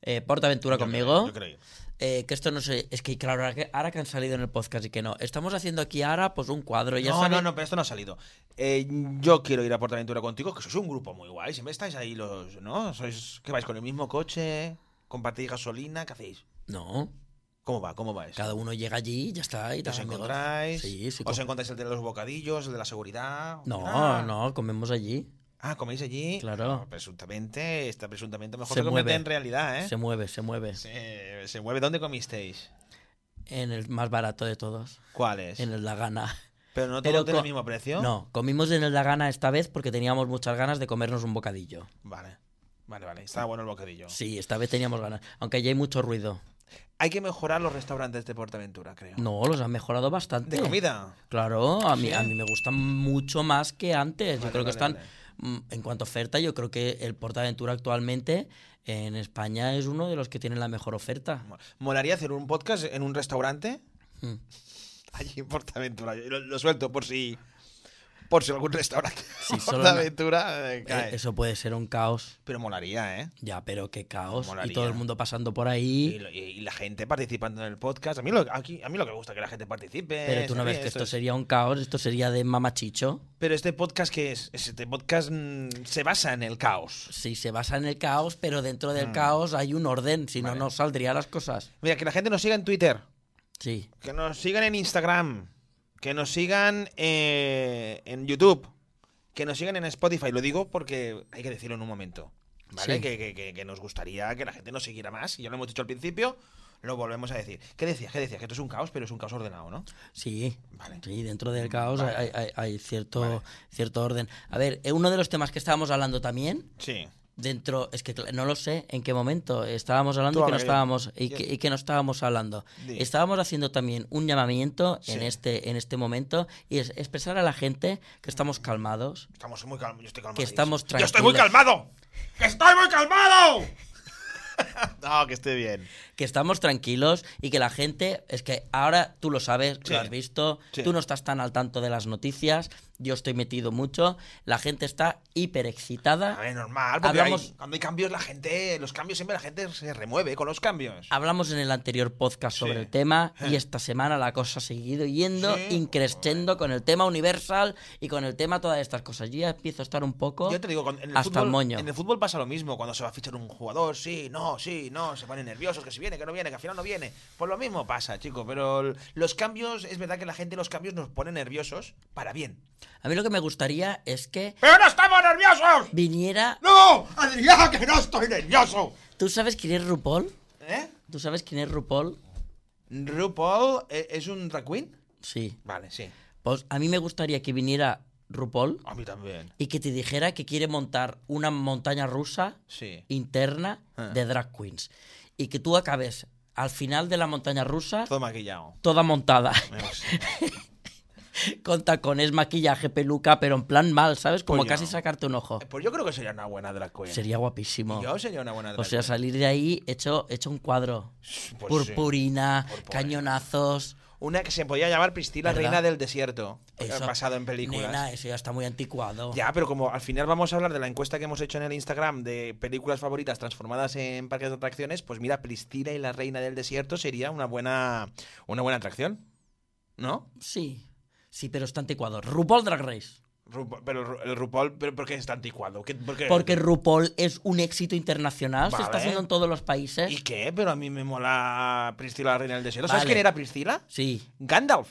Speaker 3: eh, Portaventura
Speaker 2: Yo
Speaker 3: conmigo.
Speaker 2: creo, yo creo.
Speaker 3: Eh, que esto no sé, es que claro, ahora que, ahora que han salido en el podcast y que no. Estamos haciendo aquí ahora pues un cuadro. Ya
Speaker 2: no,
Speaker 3: sabe-
Speaker 2: no, no, pero esto no ha salido. Eh, yo quiero ir a Portaventura contigo, que sois un grupo muy guay. Siempre estáis ahí los, ¿no? Sois que vais con el mismo coche, compartís gasolina, ¿qué hacéis?
Speaker 3: No,
Speaker 2: ¿Cómo va? ¿Cómo va eso?
Speaker 3: cada uno llega allí y ya está. Y te
Speaker 2: ¿Os
Speaker 3: hace amigos.
Speaker 2: encontráis?
Speaker 3: Sí, sí,
Speaker 2: ¿Os
Speaker 3: co-
Speaker 2: encontráis el de los bocadillos, el de la seguridad?
Speaker 3: No,
Speaker 2: Ah,
Speaker 3: no, comemos allí.
Speaker 2: Ah, coméis allí.
Speaker 3: Claro.
Speaker 2: No, presuntamente, está presuntamente mejor
Speaker 3: Se
Speaker 2: se mueve
Speaker 3: mueve.
Speaker 2: en realidad, ¿eh?
Speaker 3: Se mueve, se mueve.
Speaker 2: Se, se mueve. ¿Dónde comisteis?
Speaker 3: En el más barato de todos.
Speaker 2: ¿Cuál es?
Speaker 3: En el La Gana.
Speaker 2: Pero no todo tiene el
Speaker 3: co-
Speaker 2: mismo precio.
Speaker 3: No, comimos en el La Gana esta vez porque teníamos muchas ganas de comernos un bocadillo.
Speaker 2: Vale. Vale, vale. Está bueno el bocadillo.
Speaker 3: Sí, esta vez teníamos ganas. Aunque allí hay mucho ruido.
Speaker 2: Hay que mejorar los restaurantes de Portaventura, creo.
Speaker 3: No, los han mejorado bastante.
Speaker 2: De comida.
Speaker 3: Claro, a mí, a mí me gustan mucho más que antes.
Speaker 2: Vale,
Speaker 3: yo creo que
Speaker 2: vale,
Speaker 3: están,
Speaker 2: vale.
Speaker 3: mm, en cuanto a oferta, yo creo que el PortAventura actualmente en España es uno de los que tienen la mejor oferta.
Speaker 2: Mo- Molaría hacer un podcast en un restaurante
Speaker 3: Mm.
Speaker 2: allí en Portaventura. Yo Lo, lo suelto por si. Por si algún restaurante. en
Speaker 3: solo
Speaker 2: Portaventura. eh,
Speaker 3: Eh,
Speaker 2: cae.
Speaker 3: Eso puede ser un caos.
Speaker 2: Pero molaría, ¿eh?
Speaker 3: Ya, pero qué caos.
Speaker 2: Molaría.
Speaker 3: Y todo el mundo pasando por
Speaker 2: Y,
Speaker 3: ahí.
Speaker 2: lo- y- y la gente participando en el podcast. A mí lo, aquí, a mí lo que me gusta es que la gente participe.
Speaker 3: Pero tú no
Speaker 2: ¿sabes?
Speaker 3: ves que esto
Speaker 2: es-
Speaker 3: sería un caos, esto sería de mamachicho.
Speaker 2: Pero este podcast que es, este podcast mm, se basa en el caos.
Speaker 3: Sí, se basa en el caos, pero dentro del caos hay un orden, si no, no saldrían las cosas.
Speaker 2: Mira, que la gente nos siga en Twitter,
Speaker 3: Sí,
Speaker 2: que nos sigan en Instagram, que nos sigan eh, en YouTube, que nos sigan en Spotify. Lo digo porque hay que decirlo en un momento. ¿Vale?
Speaker 3: Sí.
Speaker 2: Que, que- que- que nos gustaría que la gente nos siguiera más. Y ya lo hemos dicho al principio, lo volvemos a decir. ¿Qué decías? ¿Qué decías? Que esto es un caos, pero es un caos ordenado, ¿no?
Speaker 3: sí.
Speaker 2: Vale.
Speaker 3: Sí, dentro del caos
Speaker 2: Vale.
Speaker 3: hay, hay- hay cierto,
Speaker 2: Vale.
Speaker 3: cierto orden. A ver, eh, uno de los temas que estábamos hablando también,
Speaker 2: Sí.
Speaker 3: dentro, es que cla- no lo sé en qué momento, estábamos hablando
Speaker 2: Tú
Speaker 3: y que no
Speaker 2: habla, que yo-
Speaker 3: estábamos, y
Speaker 2: yo-
Speaker 3: que, y que no estábamos hablando.
Speaker 2: Di.
Speaker 3: Estábamos haciendo también un llamamiento en,
Speaker 2: Sí.
Speaker 3: este, en este momento y es expresar a la gente que estamos calmados.
Speaker 2: Estamos muy calmados. Yo estoy calmado.
Speaker 3: Que estamos
Speaker 2: Yo estoy muy
Speaker 3: tranquilos.
Speaker 2: calmado. ¡Que estoy muy calmado! no, que esté bien.
Speaker 3: que estamos tranquilos y que la gente, es que ahora tú lo sabes,
Speaker 2: Sí.
Speaker 3: lo has visto,
Speaker 2: Sí.
Speaker 3: tú no estás tan al tanto de las noticias, yo estoy metido mucho, la gente está hiper
Speaker 2: A ver,
Speaker 3: excitada.
Speaker 2: normal, porque
Speaker 3: Hablamos-
Speaker 2: hay- cuando hay cambios la gente, los cambios siempre la gente se remueve con los cambios.
Speaker 3: Hablamos en el anterior podcast sobre
Speaker 2: Sí. Eh.
Speaker 3: el tema y esta semana la cosa ha seguido yendo
Speaker 2: Sí.
Speaker 3: increscendo con el tema Universal y con el tema todas estas cosas. Yo ya empiezo a estar un poco
Speaker 2: Yo te digo, con- en el,
Speaker 3: hasta
Speaker 2: fútbol,
Speaker 3: el moño.
Speaker 2: en el fútbol pasa lo mismo, cuando se va a fichar un jugador, sí, no, sí, no, se ponen nerviosos, que si viene, que no viene, que al final no viene. Pues lo mismo pasa, chico, pero l- los cambios, es verdad que la gente los cambios nos pone nerviosos para bien.
Speaker 3: A mí lo que me gustaría es que
Speaker 2: ¡Pero no estamos nerviosos!
Speaker 3: viniera...
Speaker 2: ¡No! ¡Adrián, que no estoy nervioso!
Speaker 3: ¿Tú sabes quién es RuPaul?
Speaker 2: ¿Eh?
Speaker 3: ¿Tú sabes quién es RuPaul?
Speaker 2: ¿RuPaul eh, es un drag queen?
Speaker 3: Sí.
Speaker 2: Vale, sí.
Speaker 3: Pues a mí me gustaría que viniera RuPaul
Speaker 2: A mí también.
Speaker 3: y que te dijera que quiere montar una montaña rusa
Speaker 2: Sí.
Speaker 3: interna
Speaker 2: Ah.
Speaker 3: de drag queens. Y que tú acabes al final de la montaña rusa
Speaker 2: Todo maquillado. Eh,
Speaker 3: toda montada,
Speaker 2: Menos.
Speaker 3: con tacones, maquillaje, peluca, pero en plan mal, ¿sabes? Como
Speaker 2: Coño.
Speaker 3: casi sacarte un ojo.
Speaker 2: Pues yo creo que sería una buena drag queen.
Speaker 3: Sería guapísimo.
Speaker 2: Yo sería una buena drag
Speaker 3: O sea,
Speaker 2: queen.
Speaker 3: salir de ahí hecho, hecho un cuadro.
Speaker 2: Pues
Speaker 3: Purpurina,
Speaker 2: Purpurina.
Speaker 3: cañonazos.
Speaker 2: sí. Una que se podía llamar Priscila,
Speaker 3: ¿Verdad?
Speaker 2: reina del desierto.
Speaker 3: Eso,
Speaker 2: Pasado en películas.
Speaker 3: Nena, eso ya está muy anticuado.
Speaker 2: ya, pero como al final vamos a hablar de la encuesta que hemos hecho en el Instagram de películas favoritas transformadas en parques de atracciones, pues mira, Priscila y la reina del desierto sería una buena, una buena atracción. ¿No?
Speaker 3: Sí, sí, pero está anticuado. RuPaul Drag Race.
Speaker 2: Rupo- pero Ru- el RuPaul, pero ¿por qué es tan anticuado? ¿Qué- por qué?
Speaker 3: Porque RuPaul es un éxito internacional, se
Speaker 2: Vale.
Speaker 3: está haciendo en todos los países.
Speaker 2: ¿Y qué? Pero a mí me mola Priscila, la reina del desierto. ¿Sabes
Speaker 3: Vale.
Speaker 2: quién era Priscila?
Speaker 3: Sí.
Speaker 2: Gandalf.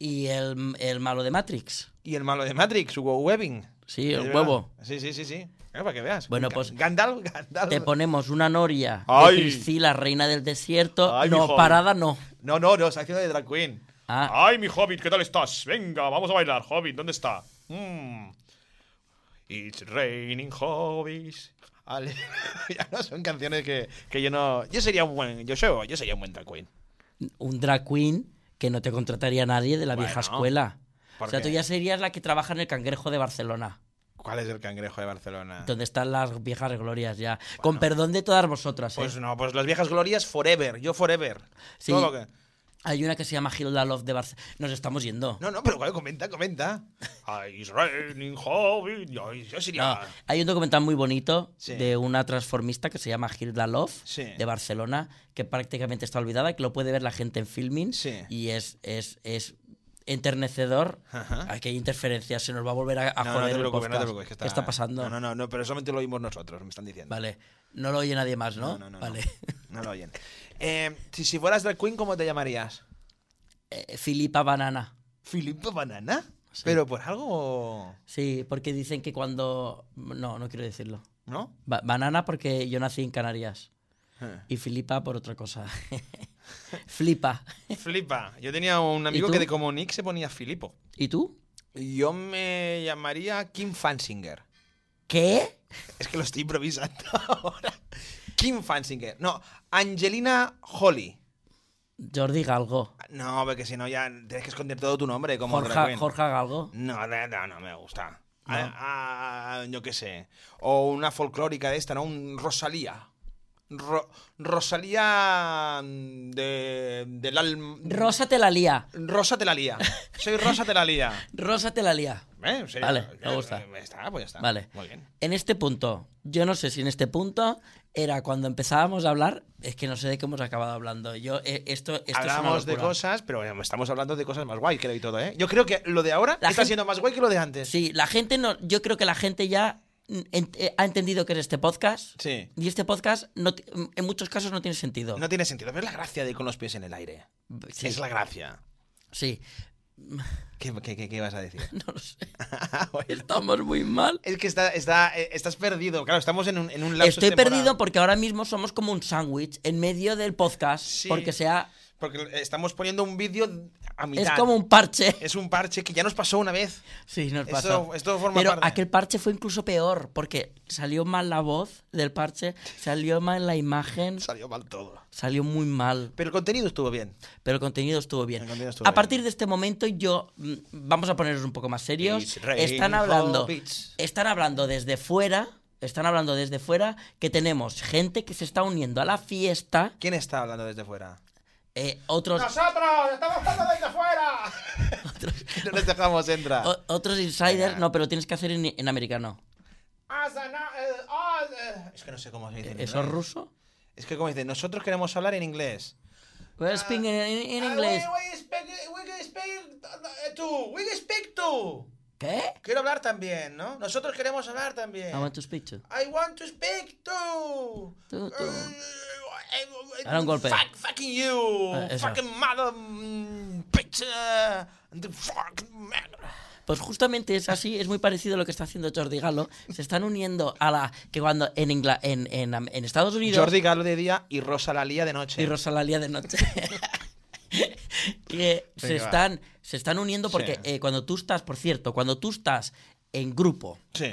Speaker 3: Y el, el malo de Matrix.
Speaker 2: Y el malo de Matrix, Hugo Webbing.
Speaker 3: Sí,
Speaker 2: Es
Speaker 3: el
Speaker 2: verdad.
Speaker 3: huevo.
Speaker 2: Sí, sí, sí, sí. Claro, para que veas.
Speaker 3: Bueno,
Speaker 2: Ga-
Speaker 3: pues-
Speaker 2: Gandalf, Gandalf.
Speaker 3: Te ponemos una noria
Speaker 2: Ay.
Speaker 3: de Priscila, reina del desierto.
Speaker 2: Ay, mi
Speaker 3: no,
Speaker 2: hobby.
Speaker 3: parada no.
Speaker 2: No, no, no, está haciendo de drag queen.
Speaker 3: Ah,
Speaker 5: Ay, mi hobbit, ¿qué tal estás? Venga, vamos a bailar, hobbit, ¿dónde está? Mm. It's raining hobbies.
Speaker 2: Ale- ya no son canciones que, que yo no. Yo sería un buen. Yo, soy- yo sería un buen drag queen.
Speaker 3: un drag queen que no te contrataría nadie de la vieja
Speaker 2: Bueno,
Speaker 3: escuela.
Speaker 2: ¿por
Speaker 3: O sea,
Speaker 2: qué?
Speaker 3: tú ya serías la que trabaja en el cangrejo de Barcelona,
Speaker 2: ¿Cuál es el cangrejo de Barcelona?
Speaker 3: donde están las viejas glorias ya. Con perdón de todas vosotras. ¿eh?
Speaker 2: Pues no, pues las viejas glorias forever. Yo forever.
Speaker 3: Sí.
Speaker 2: Todo lo que-
Speaker 3: Hay una que se llama Gilda Love de Barcelona. Nos estamos yendo.
Speaker 2: No, no, pero bueno, comenta, comenta.
Speaker 5: It's raining hobbit. Yo, yo sería.
Speaker 3: No, hay un documental muy bonito
Speaker 2: Sí.
Speaker 3: de una transformista que se llama Hilda Love
Speaker 2: Sí.
Speaker 3: de Barcelona, que prácticamente está olvidada, que lo puede ver la gente en filming
Speaker 2: Sí.
Speaker 3: y es, es, es enternecedor.
Speaker 2: Ajá.
Speaker 3: Aquí hay interferencias, se nos va a volver a,
Speaker 2: No,
Speaker 3: a
Speaker 2: no
Speaker 3: joder
Speaker 2: te
Speaker 3: el
Speaker 2: preocupes, no te
Speaker 3: podcast.
Speaker 2: preocupes. que
Speaker 3: ¿Qué está pasando?
Speaker 2: No, no, no, no, pero solamente lo oímos nosotros, me están diciendo.
Speaker 3: Vale, no lo oye nadie más, ¿no?
Speaker 2: No, no, no, no.
Speaker 3: vale.
Speaker 2: No lo oyen. Eh, si, si fueras drag queen, ¿cómo te llamarías?
Speaker 3: Eh, Filipa Banana.
Speaker 2: ¿Filipa Banana? Pero por algo.
Speaker 3: Sí, porque dicen que cuando... No, no quiero decirlo.
Speaker 2: ¿No?
Speaker 3: Ba- banana porque yo nací en Canarias.
Speaker 2: Eh.
Speaker 3: Y Filipa por otra cosa. Flipa.
Speaker 2: Flipa. Yo tenía un amigo
Speaker 3: tú?
Speaker 2: que de como Nick se ponía Filipo.
Speaker 3: ¿Y tú?
Speaker 2: Yo me llamaría Kim Fansinger.
Speaker 3: ¿Qué?
Speaker 2: Es que lo estoy improvisando ahora. Kim Fansinger. No, Angelina Holly.
Speaker 3: Jordi Galgo.
Speaker 2: No, porque si no ya tienes que esconder todo tu nombre como drag
Speaker 3: Jorge,
Speaker 2: queen.
Speaker 3: Jorge Galgo.
Speaker 2: No, no, no, no me gusta. A- a- yo qué sé. O una folclórica de esta, ¿no? Un Rosalía. Ro- Rosalía de, del alma.
Speaker 3: Rosa te la lía.
Speaker 2: Rosa te la lía. Soy Rosa te la lía.
Speaker 3: Rosa te la lía.
Speaker 2: Eh, sí,
Speaker 3: Vale,
Speaker 2: eh,
Speaker 3: me gusta.
Speaker 2: eh, Está, pues ya está.
Speaker 3: Vale.
Speaker 2: Muy bien.
Speaker 3: En este punto, yo no sé si en este punto era cuando empezábamos a hablar, es que no sé de qué hemos acabado hablando. Yo eh, esto, esto es una
Speaker 2: Hablamos de
Speaker 3: locura.
Speaker 2: cosas, pero bueno, estamos hablando de cosas más guay que lo y todo, ¿eh? Yo creo que lo de ahora
Speaker 3: La
Speaker 2: está
Speaker 3: gente-
Speaker 2: siendo más guay que lo de antes.
Speaker 3: Sí, la gente no, yo creo que la gente ya mm, ent- eh, ha entendido que es este podcast.
Speaker 2: Sí.
Speaker 3: Y este podcast no ti- mm, en muchos casos no tiene sentido.
Speaker 2: No tiene sentido. Pero es la gracia de ir con los pies en el aire.
Speaker 3: sí,
Speaker 2: Es la gracia.
Speaker 3: sí.
Speaker 2: ¿Qué, qué, qué- qué vas a decir?
Speaker 3: No lo sé. Estamos muy mal.
Speaker 2: Es que está, está, eh, estás perdido. Claro, estamos en un, en un lapsus
Speaker 3: Estoy
Speaker 2: temporal.
Speaker 3: perdido porque ahora mismo somos como un sándwich en medio del podcast.
Speaker 2: Sí.
Speaker 3: Porque sea.
Speaker 2: Porque estamos poniendo un vídeo a mitad.
Speaker 3: Es como un parche.
Speaker 2: Es un parche que ya nos pasó una vez.
Speaker 3: Sí, nos
Speaker 2: Eso-
Speaker 3: pasó.
Speaker 2: esto forma
Speaker 3: Pero
Speaker 2: parte.
Speaker 3: aquel parche fue incluso peor, porque salió mal la voz del parche, salió mal la imagen,
Speaker 2: Salió mal todo.
Speaker 3: salió muy mal,
Speaker 2: Pero el contenido estuvo bien.
Speaker 3: pero el contenido estuvo bien.
Speaker 2: El contenido estuvo
Speaker 3: a
Speaker 2: bien.
Speaker 3: partir de este momento yo mm, vamos a ponernos un poco más serios.
Speaker 2: It's raining
Speaker 3: Están hablando,
Speaker 2: hobbits.
Speaker 3: están hablando desde fuera, están hablando desde fuera que tenemos gente que se está uniendo a la fiesta,
Speaker 2: ¿Quién está hablando desde fuera?
Speaker 3: eh, otros
Speaker 2: ¡Nosotros! ¡Estamos hablando desde fuera! no les dejamos entrar.
Speaker 3: o- otros insiders, no, pero tienes que hacer en, en americano.
Speaker 2: eh, Es que no sé cómo se dice. en
Speaker 3: ¿Eso es
Speaker 2: inglés.
Speaker 3: ruso?
Speaker 2: Es que como dice, nosotros queremos hablar en inglés.
Speaker 3: We're speaking in- in English.
Speaker 2: Ah, we- we speak- we can speak, uh, too. We can speak too.
Speaker 3: ¿Qué?
Speaker 2: Quiero hablar también, ¿no? Nosotros queremos hablar también.
Speaker 3: I want to speak to.
Speaker 2: I want to speak to. Eh,
Speaker 3: Tú, tú.
Speaker 2: Uh,
Speaker 3: Ahora un golpe.
Speaker 2: Fuck, fucking you.
Speaker 3: Eh, eso.
Speaker 2: Fucking mother. mm, Bitch. uh, and the fuck. man.
Speaker 3: Pues justamente es así, es muy parecido a lo que está haciendo Jordi Galo. Se están uniendo a la que cuando en Ingla- en, en, Am- en Estados Unidos
Speaker 2: Jordi Galo de día y Rosa Lalía de noche.
Speaker 3: y Rosalía de noche. que se
Speaker 2: Venga, va.
Speaker 3: están, se están uniendo porque
Speaker 2: Sí.
Speaker 3: eh, cuando tú estás, por cierto, cuando tú estás en grupo
Speaker 2: Sí.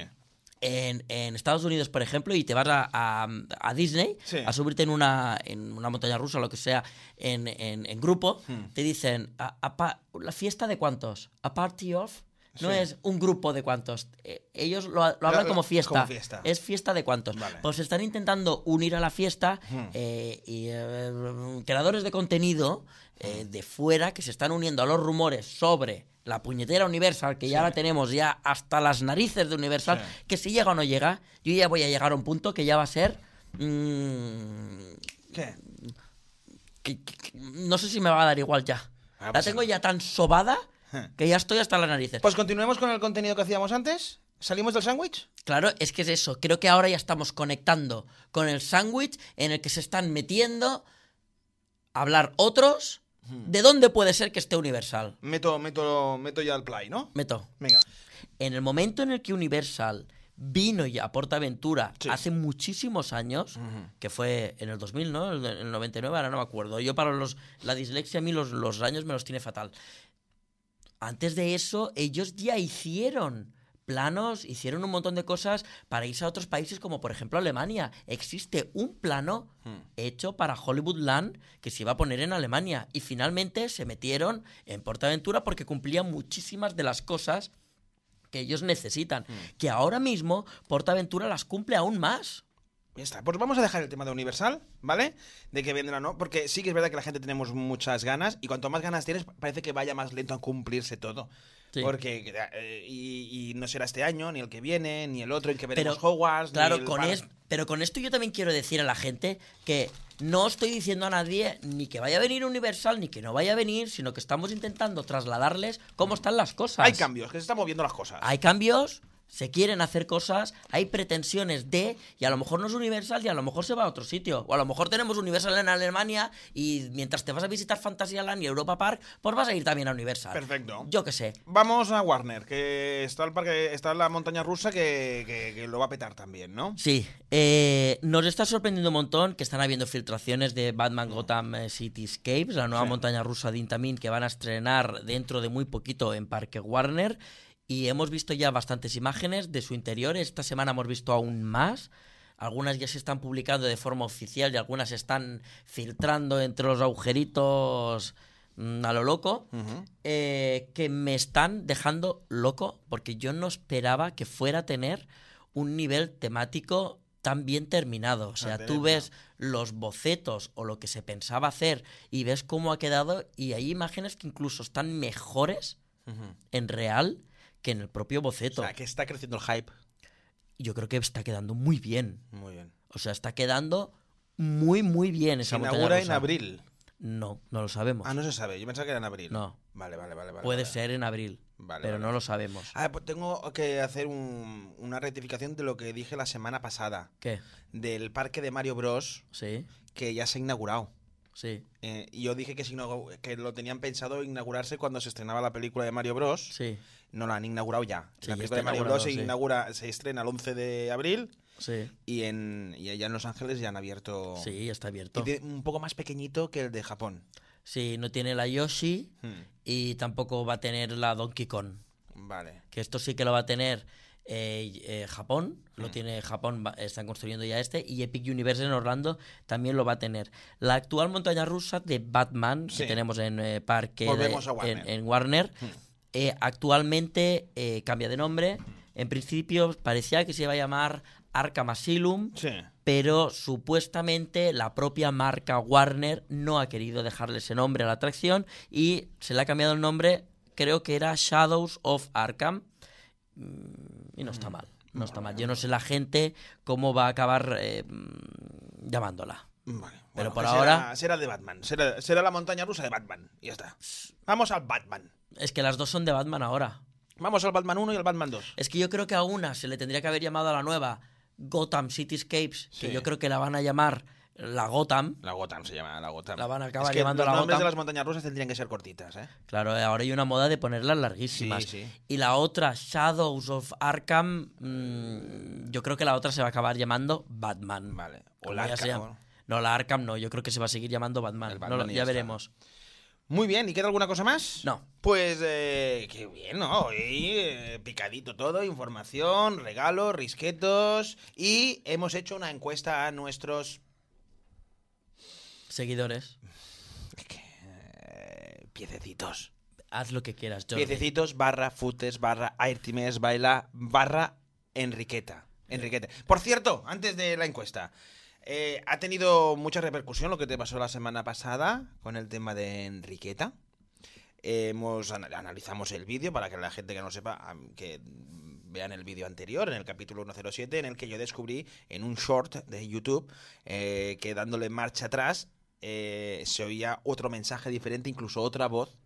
Speaker 3: en, en Estados Unidos, por ejemplo, y te vas a, a- a Disney
Speaker 2: Sí.
Speaker 3: a subirte en una, en una montaña rusa o lo que sea en, en- en grupo,
Speaker 2: Hmm.
Speaker 3: te dicen, a- a pa- ¿la fiesta de cuántos? ¿A party of? No
Speaker 2: Sí.
Speaker 3: es un grupo de cuantos. Ellos lo, lo hablan
Speaker 2: lo-
Speaker 3: como, fiesta.
Speaker 2: como fiesta.
Speaker 3: Es fiesta de cuantos.
Speaker 2: Vale.
Speaker 3: Pues están intentando unir a la fiesta
Speaker 2: Hmm.
Speaker 3: eh, y eh, creadores de contenido eh,
Speaker 2: Hmm.
Speaker 3: de fuera que se están uniendo a los rumores sobre la puñetera Universal, que ya la tenemos ya hasta las narices de Universal,
Speaker 2: Sí.
Speaker 3: que si llega o no llega, yo ya voy a llegar a un punto que ya va a ser... mm,
Speaker 2: ¿Qué?
Speaker 3: que- que- que- no sé si me va a dar igual ya.
Speaker 2: Ah,
Speaker 3: la
Speaker 2: pues
Speaker 3: tengo
Speaker 2: sí. Hmm.
Speaker 3: ya tan sobada
Speaker 2: Huh.
Speaker 3: que ya estoy hasta las narices.
Speaker 2: Pues continuemos con el contenido que hacíamos antes. ¿Salimos del sándwich?
Speaker 3: Claro, es que es eso. Creo que ahora ya estamos conectando con el sándwich en el que se están metiendo a hablar otros. ¿De dónde puede ser que esté Universal?
Speaker 2: Meto, meto, meto ya al play, ¿no?
Speaker 3: Meto.
Speaker 2: Venga.
Speaker 3: En el momento en el que Universal vino ya a PortAventura
Speaker 2: Sí.
Speaker 3: hace muchísimos años, que fue en el 2000, ¿no? El, el 99, ahora no me acuerdo. Yo para los la dislexia a mí los, los años me los tiene fatal. Antes de eso, ellos ya hicieron planos, hicieron un montón de cosas para irse a otros países como por ejemplo Alemania. Existe un plano hecho para Hollywood Land que se iba a poner en Alemania y finalmente se metieron en PortAventura porque cumplía muchísimas de las cosas que ellos necesitan, que ahora mismo PortAventura las cumple aún más.
Speaker 2: Ya está. Pues vamos a dejar el tema de Universal, ¿vale? De que vendrá o no, porque sí que es verdad que la gente tenemos muchas ganas y cuanto más ganas tienes, parece que vaya más lento a cumplirse todo.
Speaker 3: Sí.
Speaker 2: Porque eh, y, y no será este año, ni el que viene, ni el otro, el que
Speaker 3: Pero,
Speaker 2: veremos Hogwarts. ni
Speaker 3: claro,
Speaker 2: el
Speaker 3: con
Speaker 2: Bar-
Speaker 3: es- pero con esto yo también quiero decir a la gente que no estoy diciendo a nadie ni que vaya a venir Universal ni que no vaya a venir, sino que estamos intentando trasladarles cómo están las cosas.
Speaker 2: Hay cambios, que se están moviendo las cosas.
Speaker 3: Hay cambios Se quieren hacer cosas, hay pretensiones de, y a lo mejor no es Universal y a lo mejor se va a otro sitio. O a lo mejor tenemos Universal en Alemania y mientras te vas a visitar Fantasyland y Europa Park, pues vas a ir también a Universal.
Speaker 2: Perfecto.
Speaker 3: Yo qué sé.
Speaker 2: Vamos a Warner, que está el parque, está la montaña rusa que, que- que lo va a petar también, ¿no?
Speaker 3: Sí, eh, nos está sorprendiendo un montón que están habiendo filtraciones de Batman Gotham eh, Cityscapes, la nueva montaña rusa de Intamin que van a estrenar dentro de muy poquito en Parque Warner. Y hemos visto ya bastantes imágenes de su interior. Esta semana hemos visto aún más. Algunas ya se están publicando de forma oficial y algunas se están filtrando entre los agujeritos mm, a lo loco. eh, que me están dejando loco porque yo no esperaba que fuera a tener un nivel temático tan bien terminado. O sea, tú ves los bocetos o lo que se pensaba hacer y ves cómo ha quedado y hay imágenes que incluso están mejores en real que en el propio boceto.
Speaker 2: O sea, que está creciendo el hype.
Speaker 3: Yo creo que está quedando muy bien.
Speaker 2: Muy bien.
Speaker 3: O sea, está quedando muy, muy bien esa
Speaker 2: Se
Speaker 3: montaña
Speaker 2: inaugura en
Speaker 3: rusa.
Speaker 2: abril.
Speaker 3: No, no lo sabemos.
Speaker 2: Ah, no se sabe. Yo pensaba que era en abril.
Speaker 3: No.
Speaker 2: Vale, vale, vale. vale
Speaker 3: Puede
Speaker 2: vale.
Speaker 3: ser en abril,
Speaker 2: Vale,
Speaker 3: pero
Speaker 2: vale,
Speaker 3: no
Speaker 2: vale.
Speaker 3: lo sabemos.
Speaker 2: Ah, pues tengo que hacer un- una rectificación de lo que dije la semana pasada.
Speaker 3: ¿Qué?
Speaker 2: Del parque de Mario Bros.
Speaker 3: Sí,
Speaker 2: que ya se ha inaugurado.
Speaker 3: sí,
Speaker 2: Eh, y yo dije que, se inau- que lo tenían pensado inaugurarse cuando se estrenaba la película de Mario Bros.
Speaker 3: sí,
Speaker 2: No la han inaugurado ya.
Speaker 3: Sí,
Speaker 2: la
Speaker 3: ya
Speaker 2: película
Speaker 3: está
Speaker 2: de Mario Bros.
Speaker 3: inaugurado,
Speaker 2: se,
Speaker 3: sí.
Speaker 2: inaugura, se estrena el 11 de abril
Speaker 3: sí.
Speaker 2: y, en, y allá en Los Ángeles ya han abierto.
Speaker 3: Sí, está
Speaker 2: Oh. Y
Speaker 3: abierto.
Speaker 2: tiene un poco más pequeñito que el de Japón.
Speaker 3: Sí, no tiene la Yoshi
Speaker 2: Hmm.
Speaker 3: y tampoco va a tener la Donkey Kong.
Speaker 2: Vale.
Speaker 3: Que esto sí que lo va a tener eh, eh, Japón.
Speaker 2: Mm.
Speaker 3: Lo tiene Japón, va- están construyendo ya este. Y Epic Universe en Orlando también lo va a tener. La actual montaña rusa de Batman
Speaker 2: Sí.
Speaker 3: que tenemos en eh, Parque. de-
Speaker 2: Volvemos a Warner. Mm.
Speaker 3: En, en Warner. eh, actualmente eh, cambia de nombre. En principio parecía que se iba a llamar Arkham Asylum
Speaker 2: Sí.
Speaker 3: pero supuestamente la propia marca Warner no ha querido dejarle ese nombre a la atracción y se le ha cambiado el nombre, creo que era Shadows of Arkham. Mm, Y no está mal, no está mal. Yo no sé la gente cómo va a acabar eh, mm, llamándola.
Speaker 2: Vale.
Speaker 3: Pero
Speaker 2: Bueno,
Speaker 3: por
Speaker 2: que
Speaker 3: ahora-
Speaker 2: Será, será de Batman. Será, será la montaña rusa de Batman. Y ya está. Vamos al Batman.
Speaker 3: Es que las dos son de Batman ahora.
Speaker 2: Vamos al Batman 1 y al Batman 2.
Speaker 3: Es que yo creo que a una se le tendría que haber llamado a la nueva Gotham Cityscapes,
Speaker 2: Sí.
Speaker 3: que yo creo que la van a llamar la Gotham.
Speaker 2: La Gotham se llama, la Gotham.
Speaker 3: La van a acabar
Speaker 2: es que
Speaker 3: llamando
Speaker 2: los
Speaker 3: la
Speaker 2: nombres
Speaker 3: Gotham.
Speaker 2: de las montañas rusas tendrían que ser cortitas, ¿eh?
Speaker 3: Claro, ahora hay una moda de ponerlas larguísimas.
Speaker 2: Sí, sí.
Speaker 3: Y la otra, Shadows of Arkham, mm, yo creo que la otra se va a acabar llamando Batman.
Speaker 2: Vale. O
Speaker 3: Como
Speaker 2: la
Speaker 3: ya se
Speaker 2: Arkham,
Speaker 3: llama.
Speaker 2: ¿no?
Speaker 3: No, la Arkham no, yo creo que se va a seguir llamando Batman.
Speaker 2: El
Speaker 3: No,
Speaker 2: Batman y
Speaker 3: ya,
Speaker 2: ya está.
Speaker 3: veremos.
Speaker 2: Muy bien, ¿y queda alguna cosa más?
Speaker 3: No.
Speaker 2: Pues, eh, qué bien, ¿no? Hoy, eh, picadito todo, información, regalos, risquetos. Y hemos hecho una encuesta a nuestros
Speaker 3: Seguidores,
Speaker 2: eh, piececitos.
Speaker 3: haz lo que quieras, Jordi.
Speaker 2: Piececitos barra futes barra airtimes baila barra Enriqueta. Enriqueta. Por cierto, antes de la encuesta, eh, ¿ha tenido mucha repercusión lo que te pasó la semana pasada con el tema de Enriqueta? Hemos ana- analizamos el vídeo para que la gente que no sepa am, que vean el vídeo anterior, en el capítulo 107, en el que yo descubrí en un short de YouTube eh, que dándole marcha atrás eh, se oía otro mensaje diferente, incluso otra voz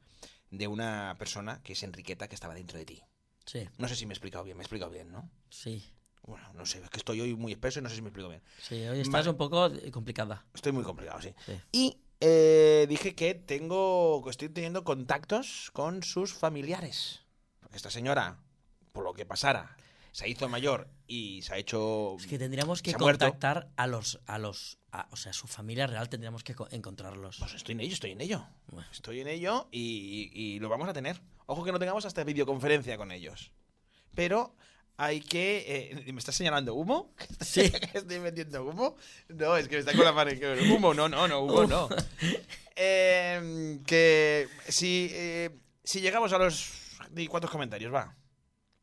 Speaker 2: de una persona que es Enriqueta que estaba dentro de ti.
Speaker 3: Sí,
Speaker 2: No sé si me he explicado bien, me he explicado bien, ¿no?
Speaker 3: sí,
Speaker 2: Bueno, no sé, es que estoy hoy muy espeso y no sé si me explico bien.
Speaker 3: sí. Hoy estás
Speaker 2: Vale.
Speaker 3: un poco complicada.
Speaker 2: Estoy muy complicado, sí.
Speaker 3: Sí.
Speaker 2: Y eh, dije que tengo, que estoy teniendo contactos con sus familiares. Porque esta señora, por lo que pasara, se hizo mayor y se ha hecho...
Speaker 3: Es que tendríamos que
Speaker 2: se ha muerto.
Speaker 3: contactar a los, a los, a- o sea, a su familia real tendríamos que co- encontrarlos.
Speaker 2: Pues estoy en ello, estoy en ello.
Speaker 3: Bueno.
Speaker 2: Estoy en ello y, y lo vamos a tener. Ojo que no tengamos hasta videoconferencia con ellos. Pero hay que... eh, ¿Me estás señalando humo?
Speaker 3: Sí.
Speaker 2: ¿Estoy metiendo humo? No, es que me está con la mano. que- Humo, no, no, no, humo, no. Eh, que si, eh, si llegamos a los... di ¿Cuántos comentarios va?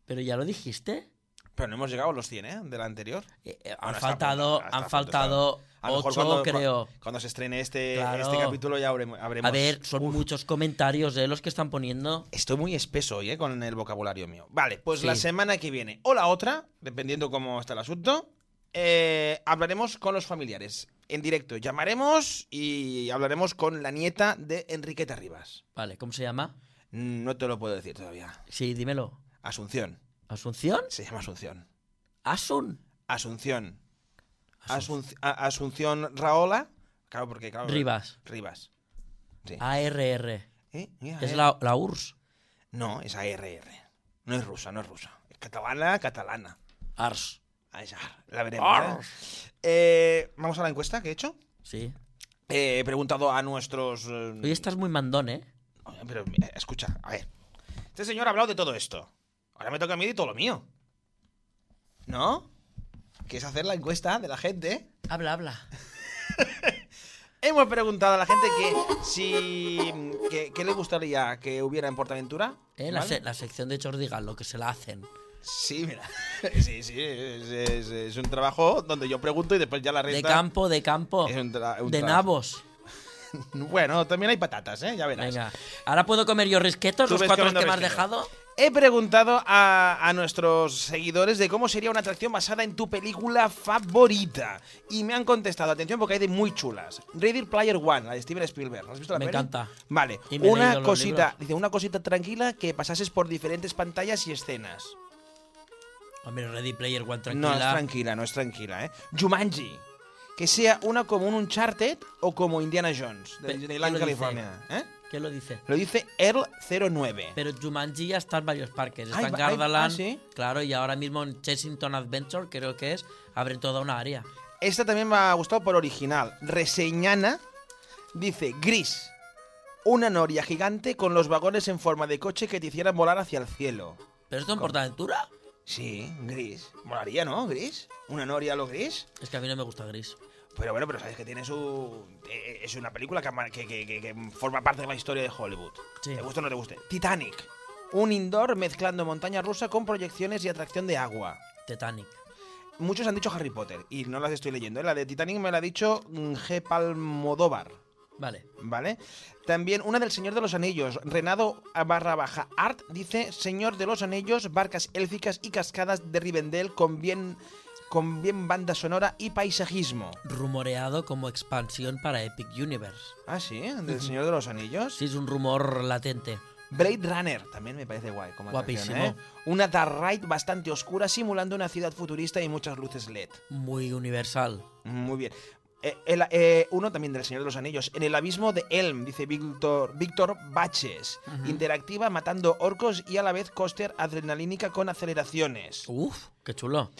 Speaker 3: Pero ya lo dijiste.
Speaker 2: Pero no hemos llegado a los 100, ¿eh? Del anterior.
Speaker 3: Eh, eh,
Speaker 2: Bueno,
Speaker 3: han
Speaker 2: está
Speaker 3: faltado,
Speaker 2: pronto, está
Speaker 3: han
Speaker 2: pronto, está-
Speaker 3: faltado
Speaker 2: A lo mejor
Speaker 3: ocho,
Speaker 2: cua-
Speaker 3: creo.
Speaker 2: Cuando se estrene este,
Speaker 3: Claro.
Speaker 2: este capítulo ya habremo- habremos...
Speaker 3: A ver, son muchos comentarios eh, los que están poniendo.
Speaker 2: Estoy muy espeso hoy, ¿eh? Con el vocabulario mío. Vale, pues
Speaker 3: Sí.
Speaker 2: la semana que viene o la otra, dependiendo cómo está el asunto, eh, hablaremos con los familiares. En directo llamaremos y hablaremos con la nieta de Enriqueta Rivas.
Speaker 3: Vale, ¿cómo se llama?
Speaker 2: Mm, No te lo puedo decir todavía.
Speaker 3: Sí, dímelo.
Speaker 2: Asunción.
Speaker 3: ¿Asunción?
Speaker 2: Se llama Asunción.
Speaker 3: Asun.
Speaker 2: Asunción. Asunc- a- Asunción Raola. Claro, porque claro.
Speaker 3: Rivas.
Speaker 2: Rivas. Sí.
Speaker 3: ARR.
Speaker 2: ¿Eh? Mira,
Speaker 3: Es
Speaker 2: eh.
Speaker 3: la, la URSS.
Speaker 2: No, es ARR. No es rusa, no es rusa. Es catalana, catalana.
Speaker 3: ARS.
Speaker 2: Ahí ya, la veremos. ¿eh? Eh, Vamos a la encuesta que he hecho.
Speaker 3: Sí.
Speaker 2: Eh, he preguntado a nuestros. eh,
Speaker 3: Hoy estás muy mandón, ¿eh?
Speaker 2: Oye, Pero mira, escucha, a ver. Este señor ha hablado de todo esto. Ahora me toca a mí de todo lo mío. ¿No? Que es hacer la encuesta de la gente.
Speaker 3: Habla, habla.
Speaker 2: Hemos preguntado a la gente que si. que, que le gustaría que hubiera en Portaventura.
Speaker 3: Eh, La,
Speaker 2: ¿vale?
Speaker 3: se- la sección de Jordi Galo, que se la hacen.
Speaker 2: Sí, mira. Sí, sí. Es, es- es un trabajo donde yo pregunto y después ya la
Speaker 3: De
Speaker 2: resta.
Speaker 3: campo, de campo.
Speaker 2: Es un tra- un
Speaker 3: de
Speaker 2: tra-
Speaker 3: nabos.
Speaker 2: Bueno, también hay patatas, ¿eh? Ya verás.
Speaker 3: Venga. ¿Ahora puedo comer yo risquetos,
Speaker 2: Tú
Speaker 3: los
Speaker 2: ves
Speaker 3: cuatro
Speaker 2: comiendo
Speaker 3: que me has
Speaker 2: risquetos.
Speaker 3: dejado?
Speaker 2: He preguntado a, a nuestros seguidores de cómo sería una atracción basada en tu película favorita. Y me han contestado, atención porque hay de muy chulas. Ready Player One, la de Steven Spielberg. ¿Has visto la
Speaker 3: Me
Speaker 2: peli?
Speaker 3: encanta.
Speaker 2: Vale,
Speaker 3: Y me he leído
Speaker 2: una
Speaker 3: los
Speaker 2: cosita,
Speaker 3: libros.
Speaker 2: dice, una cosita tranquila que pasases por diferentes pantallas y escenas.
Speaker 3: Hombre, Ready Player One,
Speaker 2: No es
Speaker 3: tranquila.
Speaker 2: tranquila, no es tranquila, ¿eh? Jumanji. Que sea una como un Uncharted o como Indiana Jones, de
Speaker 3: Pe-
Speaker 2: Disneyland,
Speaker 3: ¿quién lo dice?
Speaker 2: California. ¿Eh?
Speaker 3: ¿Qué lo dice?
Speaker 2: Lo dice Earl09.
Speaker 3: Pero Jumanji ya está en varios parques. Está
Speaker 2: Ay,
Speaker 3: en
Speaker 2: va- ay,
Speaker 3: Gardaland,
Speaker 2: ah, ¿sí?
Speaker 3: claro, y ahora mismo en Chessington Adventure, creo que es, abren toda una área.
Speaker 2: Esta también me ha gustado por original. Reseñana dice gris. Una noria gigante con los vagones en forma de coche que te hicieran volar hacia el cielo.
Speaker 3: ¿Pero esto en Portaventura?
Speaker 2: Sí, gris. Molaría, ¿no? Gris. Una noria a lo gris.
Speaker 3: Es que a mí no me gusta gris.
Speaker 2: Pero bueno, pero sabes que tiene su. eh, Es una película que, ama- que- que- que- que forma parte de la historia de Hollywood.
Speaker 3: Sí.
Speaker 2: ¿Te gusta o no te guste? Titanic. Un indoor mezclando montaña rusa con proyecciones y atracción de agua.
Speaker 3: Titanic.
Speaker 2: Muchos han dicho Harry Potter y no las estoy leyendo. ¿eh? La de Titanic me la ha dicho mm, G. Palmodóvar.
Speaker 3: Vale.
Speaker 2: ¿Vale? También una del Señor de los Anillos, Renado a barra baja Art, dice Señor de los Anillos, barcas élficas y cascadas de Rivendell con bien, con bien banda sonora y paisajismo.
Speaker 3: Rumoreado como expansión para Epic Universe.
Speaker 2: Ah, sí, del Señor de los Anillos.
Speaker 3: Sí, es un rumor latente.
Speaker 2: Blade Runner, también me parece guay. Como atracción,
Speaker 3: Guapísimo.
Speaker 2: ¿eh? Una dark ride bastante oscura simulando una ciudad futurista y muchas luces LED.
Speaker 3: Muy universal.
Speaker 2: Muy bien. Eh, el- eh, uno también del Señor de los Anillos. En el abismo de Elm, dice Víctor, Víctor Baches. Interactiva, matando orcos y a la vez coaster adrenalínica con aceleraciones.
Speaker 3: Uf, qué chulo.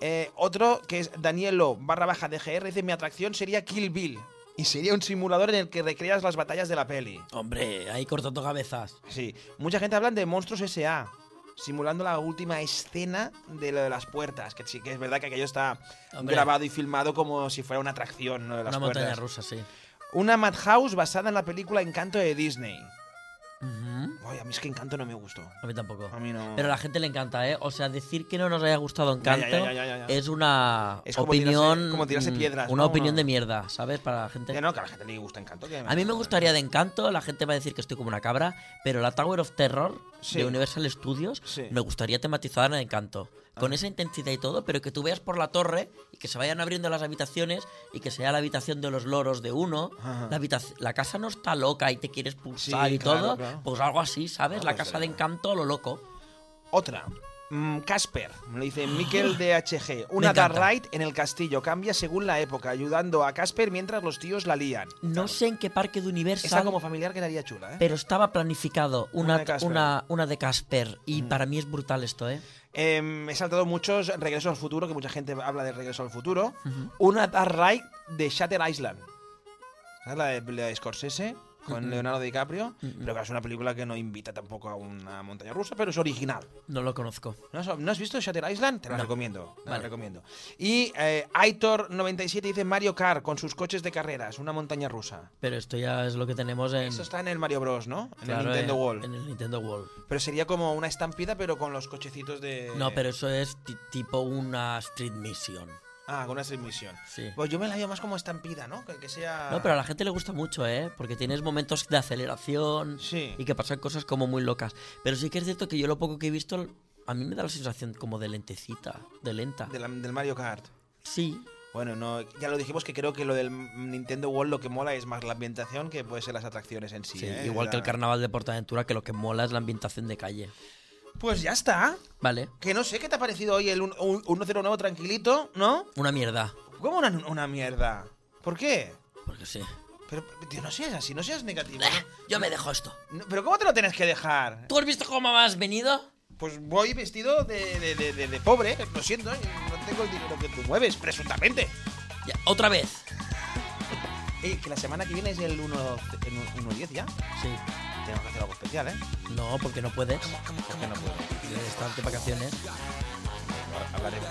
Speaker 2: Eh, otro que es Danielo barra baja DGR dice: Mi atracción sería Kill Bill. Y sería un simulador en el que recreas las batallas de la peli.
Speaker 3: Hombre, ahí cortando cabezas.
Speaker 2: Sí. Mucha gente habla de Monstruos S.A. Simulando la última escena de lo de las puertas. Que sí que es verdad que aquello está
Speaker 3: Hombre.
Speaker 2: grabado y filmado como si fuera una atracción. ¿no? de las
Speaker 3: Una montaña
Speaker 2: puertas.
Speaker 3: rusa, sí.
Speaker 2: Una Madhouse basada en la película Encanto de Disney.
Speaker 3: Ujú.
Speaker 2: Ay, a mí es que Encanto no me gustó.
Speaker 3: A mí tampoco.
Speaker 2: A mí no.
Speaker 3: Pero a la gente le encanta, ¿eh? O sea, decir que no nos haya gustado
Speaker 2: Ya,
Speaker 3: Encanto
Speaker 2: ya, ya, ya, ya, ya.
Speaker 3: es una
Speaker 2: Es como
Speaker 3: opinión.
Speaker 2: tirarse- como tirarse
Speaker 3: mm,
Speaker 2: piedras,
Speaker 3: Una
Speaker 2: ¿no?
Speaker 3: opinión de mierda, ¿sabes? Para la gente.
Speaker 2: Ya no, que a la gente le gusta Encanto. que-
Speaker 3: A mí me gustaría de encanto, la gente va a decir que estoy como una cabra, pero la Tower of Terror
Speaker 2: Sí.
Speaker 3: de Universal Studios
Speaker 2: Sí. Ah.
Speaker 3: me gustaría tematizar en encanto. Con esa intensidad y todo, pero que tú veas por la torre y que se vayan abriendo las habitaciones y que sea la habitación de los loros de uno.
Speaker 2: Ajá.
Speaker 3: La, habitac- la casa no está loca y te quieres pulsar
Speaker 2: Sí,
Speaker 3: y
Speaker 2: claro,
Speaker 3: todo.
Speaker 2: claro.
Speaker 3: Pues algo así, ¿sabes?
Speaker 2: Ah,
Speaker 3: la
Speaker 2: pues
Speaker 3: casa
Speaker 2: será.
Speaker 3: de encanto a lo loco.
Speaker 2: Otra. Mm, Casper, me lo dice Miquel DHG. Una dark
Speaker 3: encanta.
Speaker 2: ride en el castillo. Cambia según la época, ayudando a Casper mientras los tíos la lían.
Speaker 3: No sé en qué parque de Universal.
Speaker 2: Está como familiar quedaría chula, ¿eh?
Speaker 3: Pero estaba planificado
Speaker 2: Una
Speaker 3: una,
Speaker 2: de Casper. Mm.
Speaker 3: una, una de Casper y para mí es brutal esto, ¿eh?
Speaker 2: Em, he saltado muchos Regreso al Futuro, que mucha gente habla de Regreso al Futuro. Una Dark Ride de Shatter Island. ¿Sabes la de, la de Scorsese? Con Leonardo DiCaprio. Pero claro, es una película que no invita tampoco a una montaña rusa, pero es original.
Speaker 3: No lo conozco.
Speaker 2: ¿No has, no has visto Shatter Island? Te la
Speaker 3: No.
Speaker 2: recomiendo. Te la
Speaker 3: Vale.
Speaker 2: recomiendo. Y eh, Aitor97 dice Mario Kart con sus coches de carreras, una montaña rusa.
Speaker 3: Pero esto ya es lo que tenemos en,
Speaker 2: Eso está en el Mario Bros, ¿no? En
Speaker 3: Claro,
Speaker 2: el Nintendo
Speaker 3: eh,
Speaker 2: World. Eh.
Speaker 3: En el Nintendo World.
Speaker 2: Pero sería como una estampida, pero con los cochecitos de.
Speaker 3: No, pero eso es ti- tipo una Street Mission.
Speaker 2: Ah, con una transmisión.
Speaker 3: Sí.
Speaker 2: Pues yo me la veo más como estampida, ¿no? Que, que sea.
Speaker 3: No, pero a la gente le gusta mucho, ¿eh? Porque tienes momentos de aceleración
Speaker 2: Sí.
Speaker 3: y que pasan cosas como muy locas. Pero sí que es cierto que yo lo poco que he visto, a mí me da la sensación como de lentecita, de lenta.
Speaker 2: de la- del Mario Kart.
Speaker 3: Sí,
Speaker 2: Bueno, no, ya lo dijimos que creo que lo del Nintendo World lo que mola es más la ambientación que puede ser las atracciones en sí.
Speaker 3: sí,
Speaker 2: ¿eh?
Speaker 3: igual que el
Speaker 2: La-
Speaker 3: carnaval de Portaventura, que lo que mola es la ambientación de calle.
Speaker 2: Pues ya está.
Speaker 3: Vale.
Speaker 2: Que no sé qué te ha parecido hoy el un- un- 109 tranquilito, ¿no?
Speaker 3: Una mierda.
Speaker 2: ¿Cómo una, una mierda? ¿Por qué?
Speaker 3: Porque sí. Eh,
Speaker 2: Pero, tío, no seas así, no seas negativo. ¿no?
Speaker 3: Yo me dejo esto.
Speaker 2: No, ¿Pero cómo te lo tienes que dejar?
Speaker 3: ¿Tú has visto cómo has venido?
Speaker 2: Pues voy vestido de, de- de- de- de pobre, lo siento, ¿eh? no tengo el dinero que tú mueves, presuntamente.
Speaker 3: Ya, otra vez.
Speaker 2: Ey, que la semana que viene es el 1 el 1.10 ya.
Speaker 3: Sí.
Speaker 2: Tengo que hacer algo especial, ¿eh?
Speaker 3: No, porque no puedes.
Speaker 2: Porque no puedo.
Speaker 3: Estás de vacaciones.
Speaker 2: Hablaremos.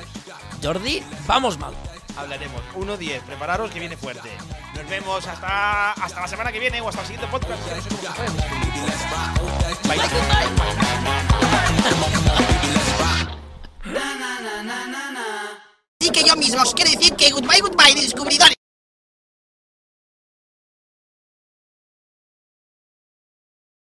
Speaker 3: Jordi, vamos mal.
Speaker 2: Hablaremos. 1.10, prepararos que viene fuerte. Nos vemos hasta, hasta la semana que viene o hasta el siguiente podcast. que no sé cómo se puede despedir.
Speaker 6: Y que yo mismo, os quiere decir que goodbye, goodbye.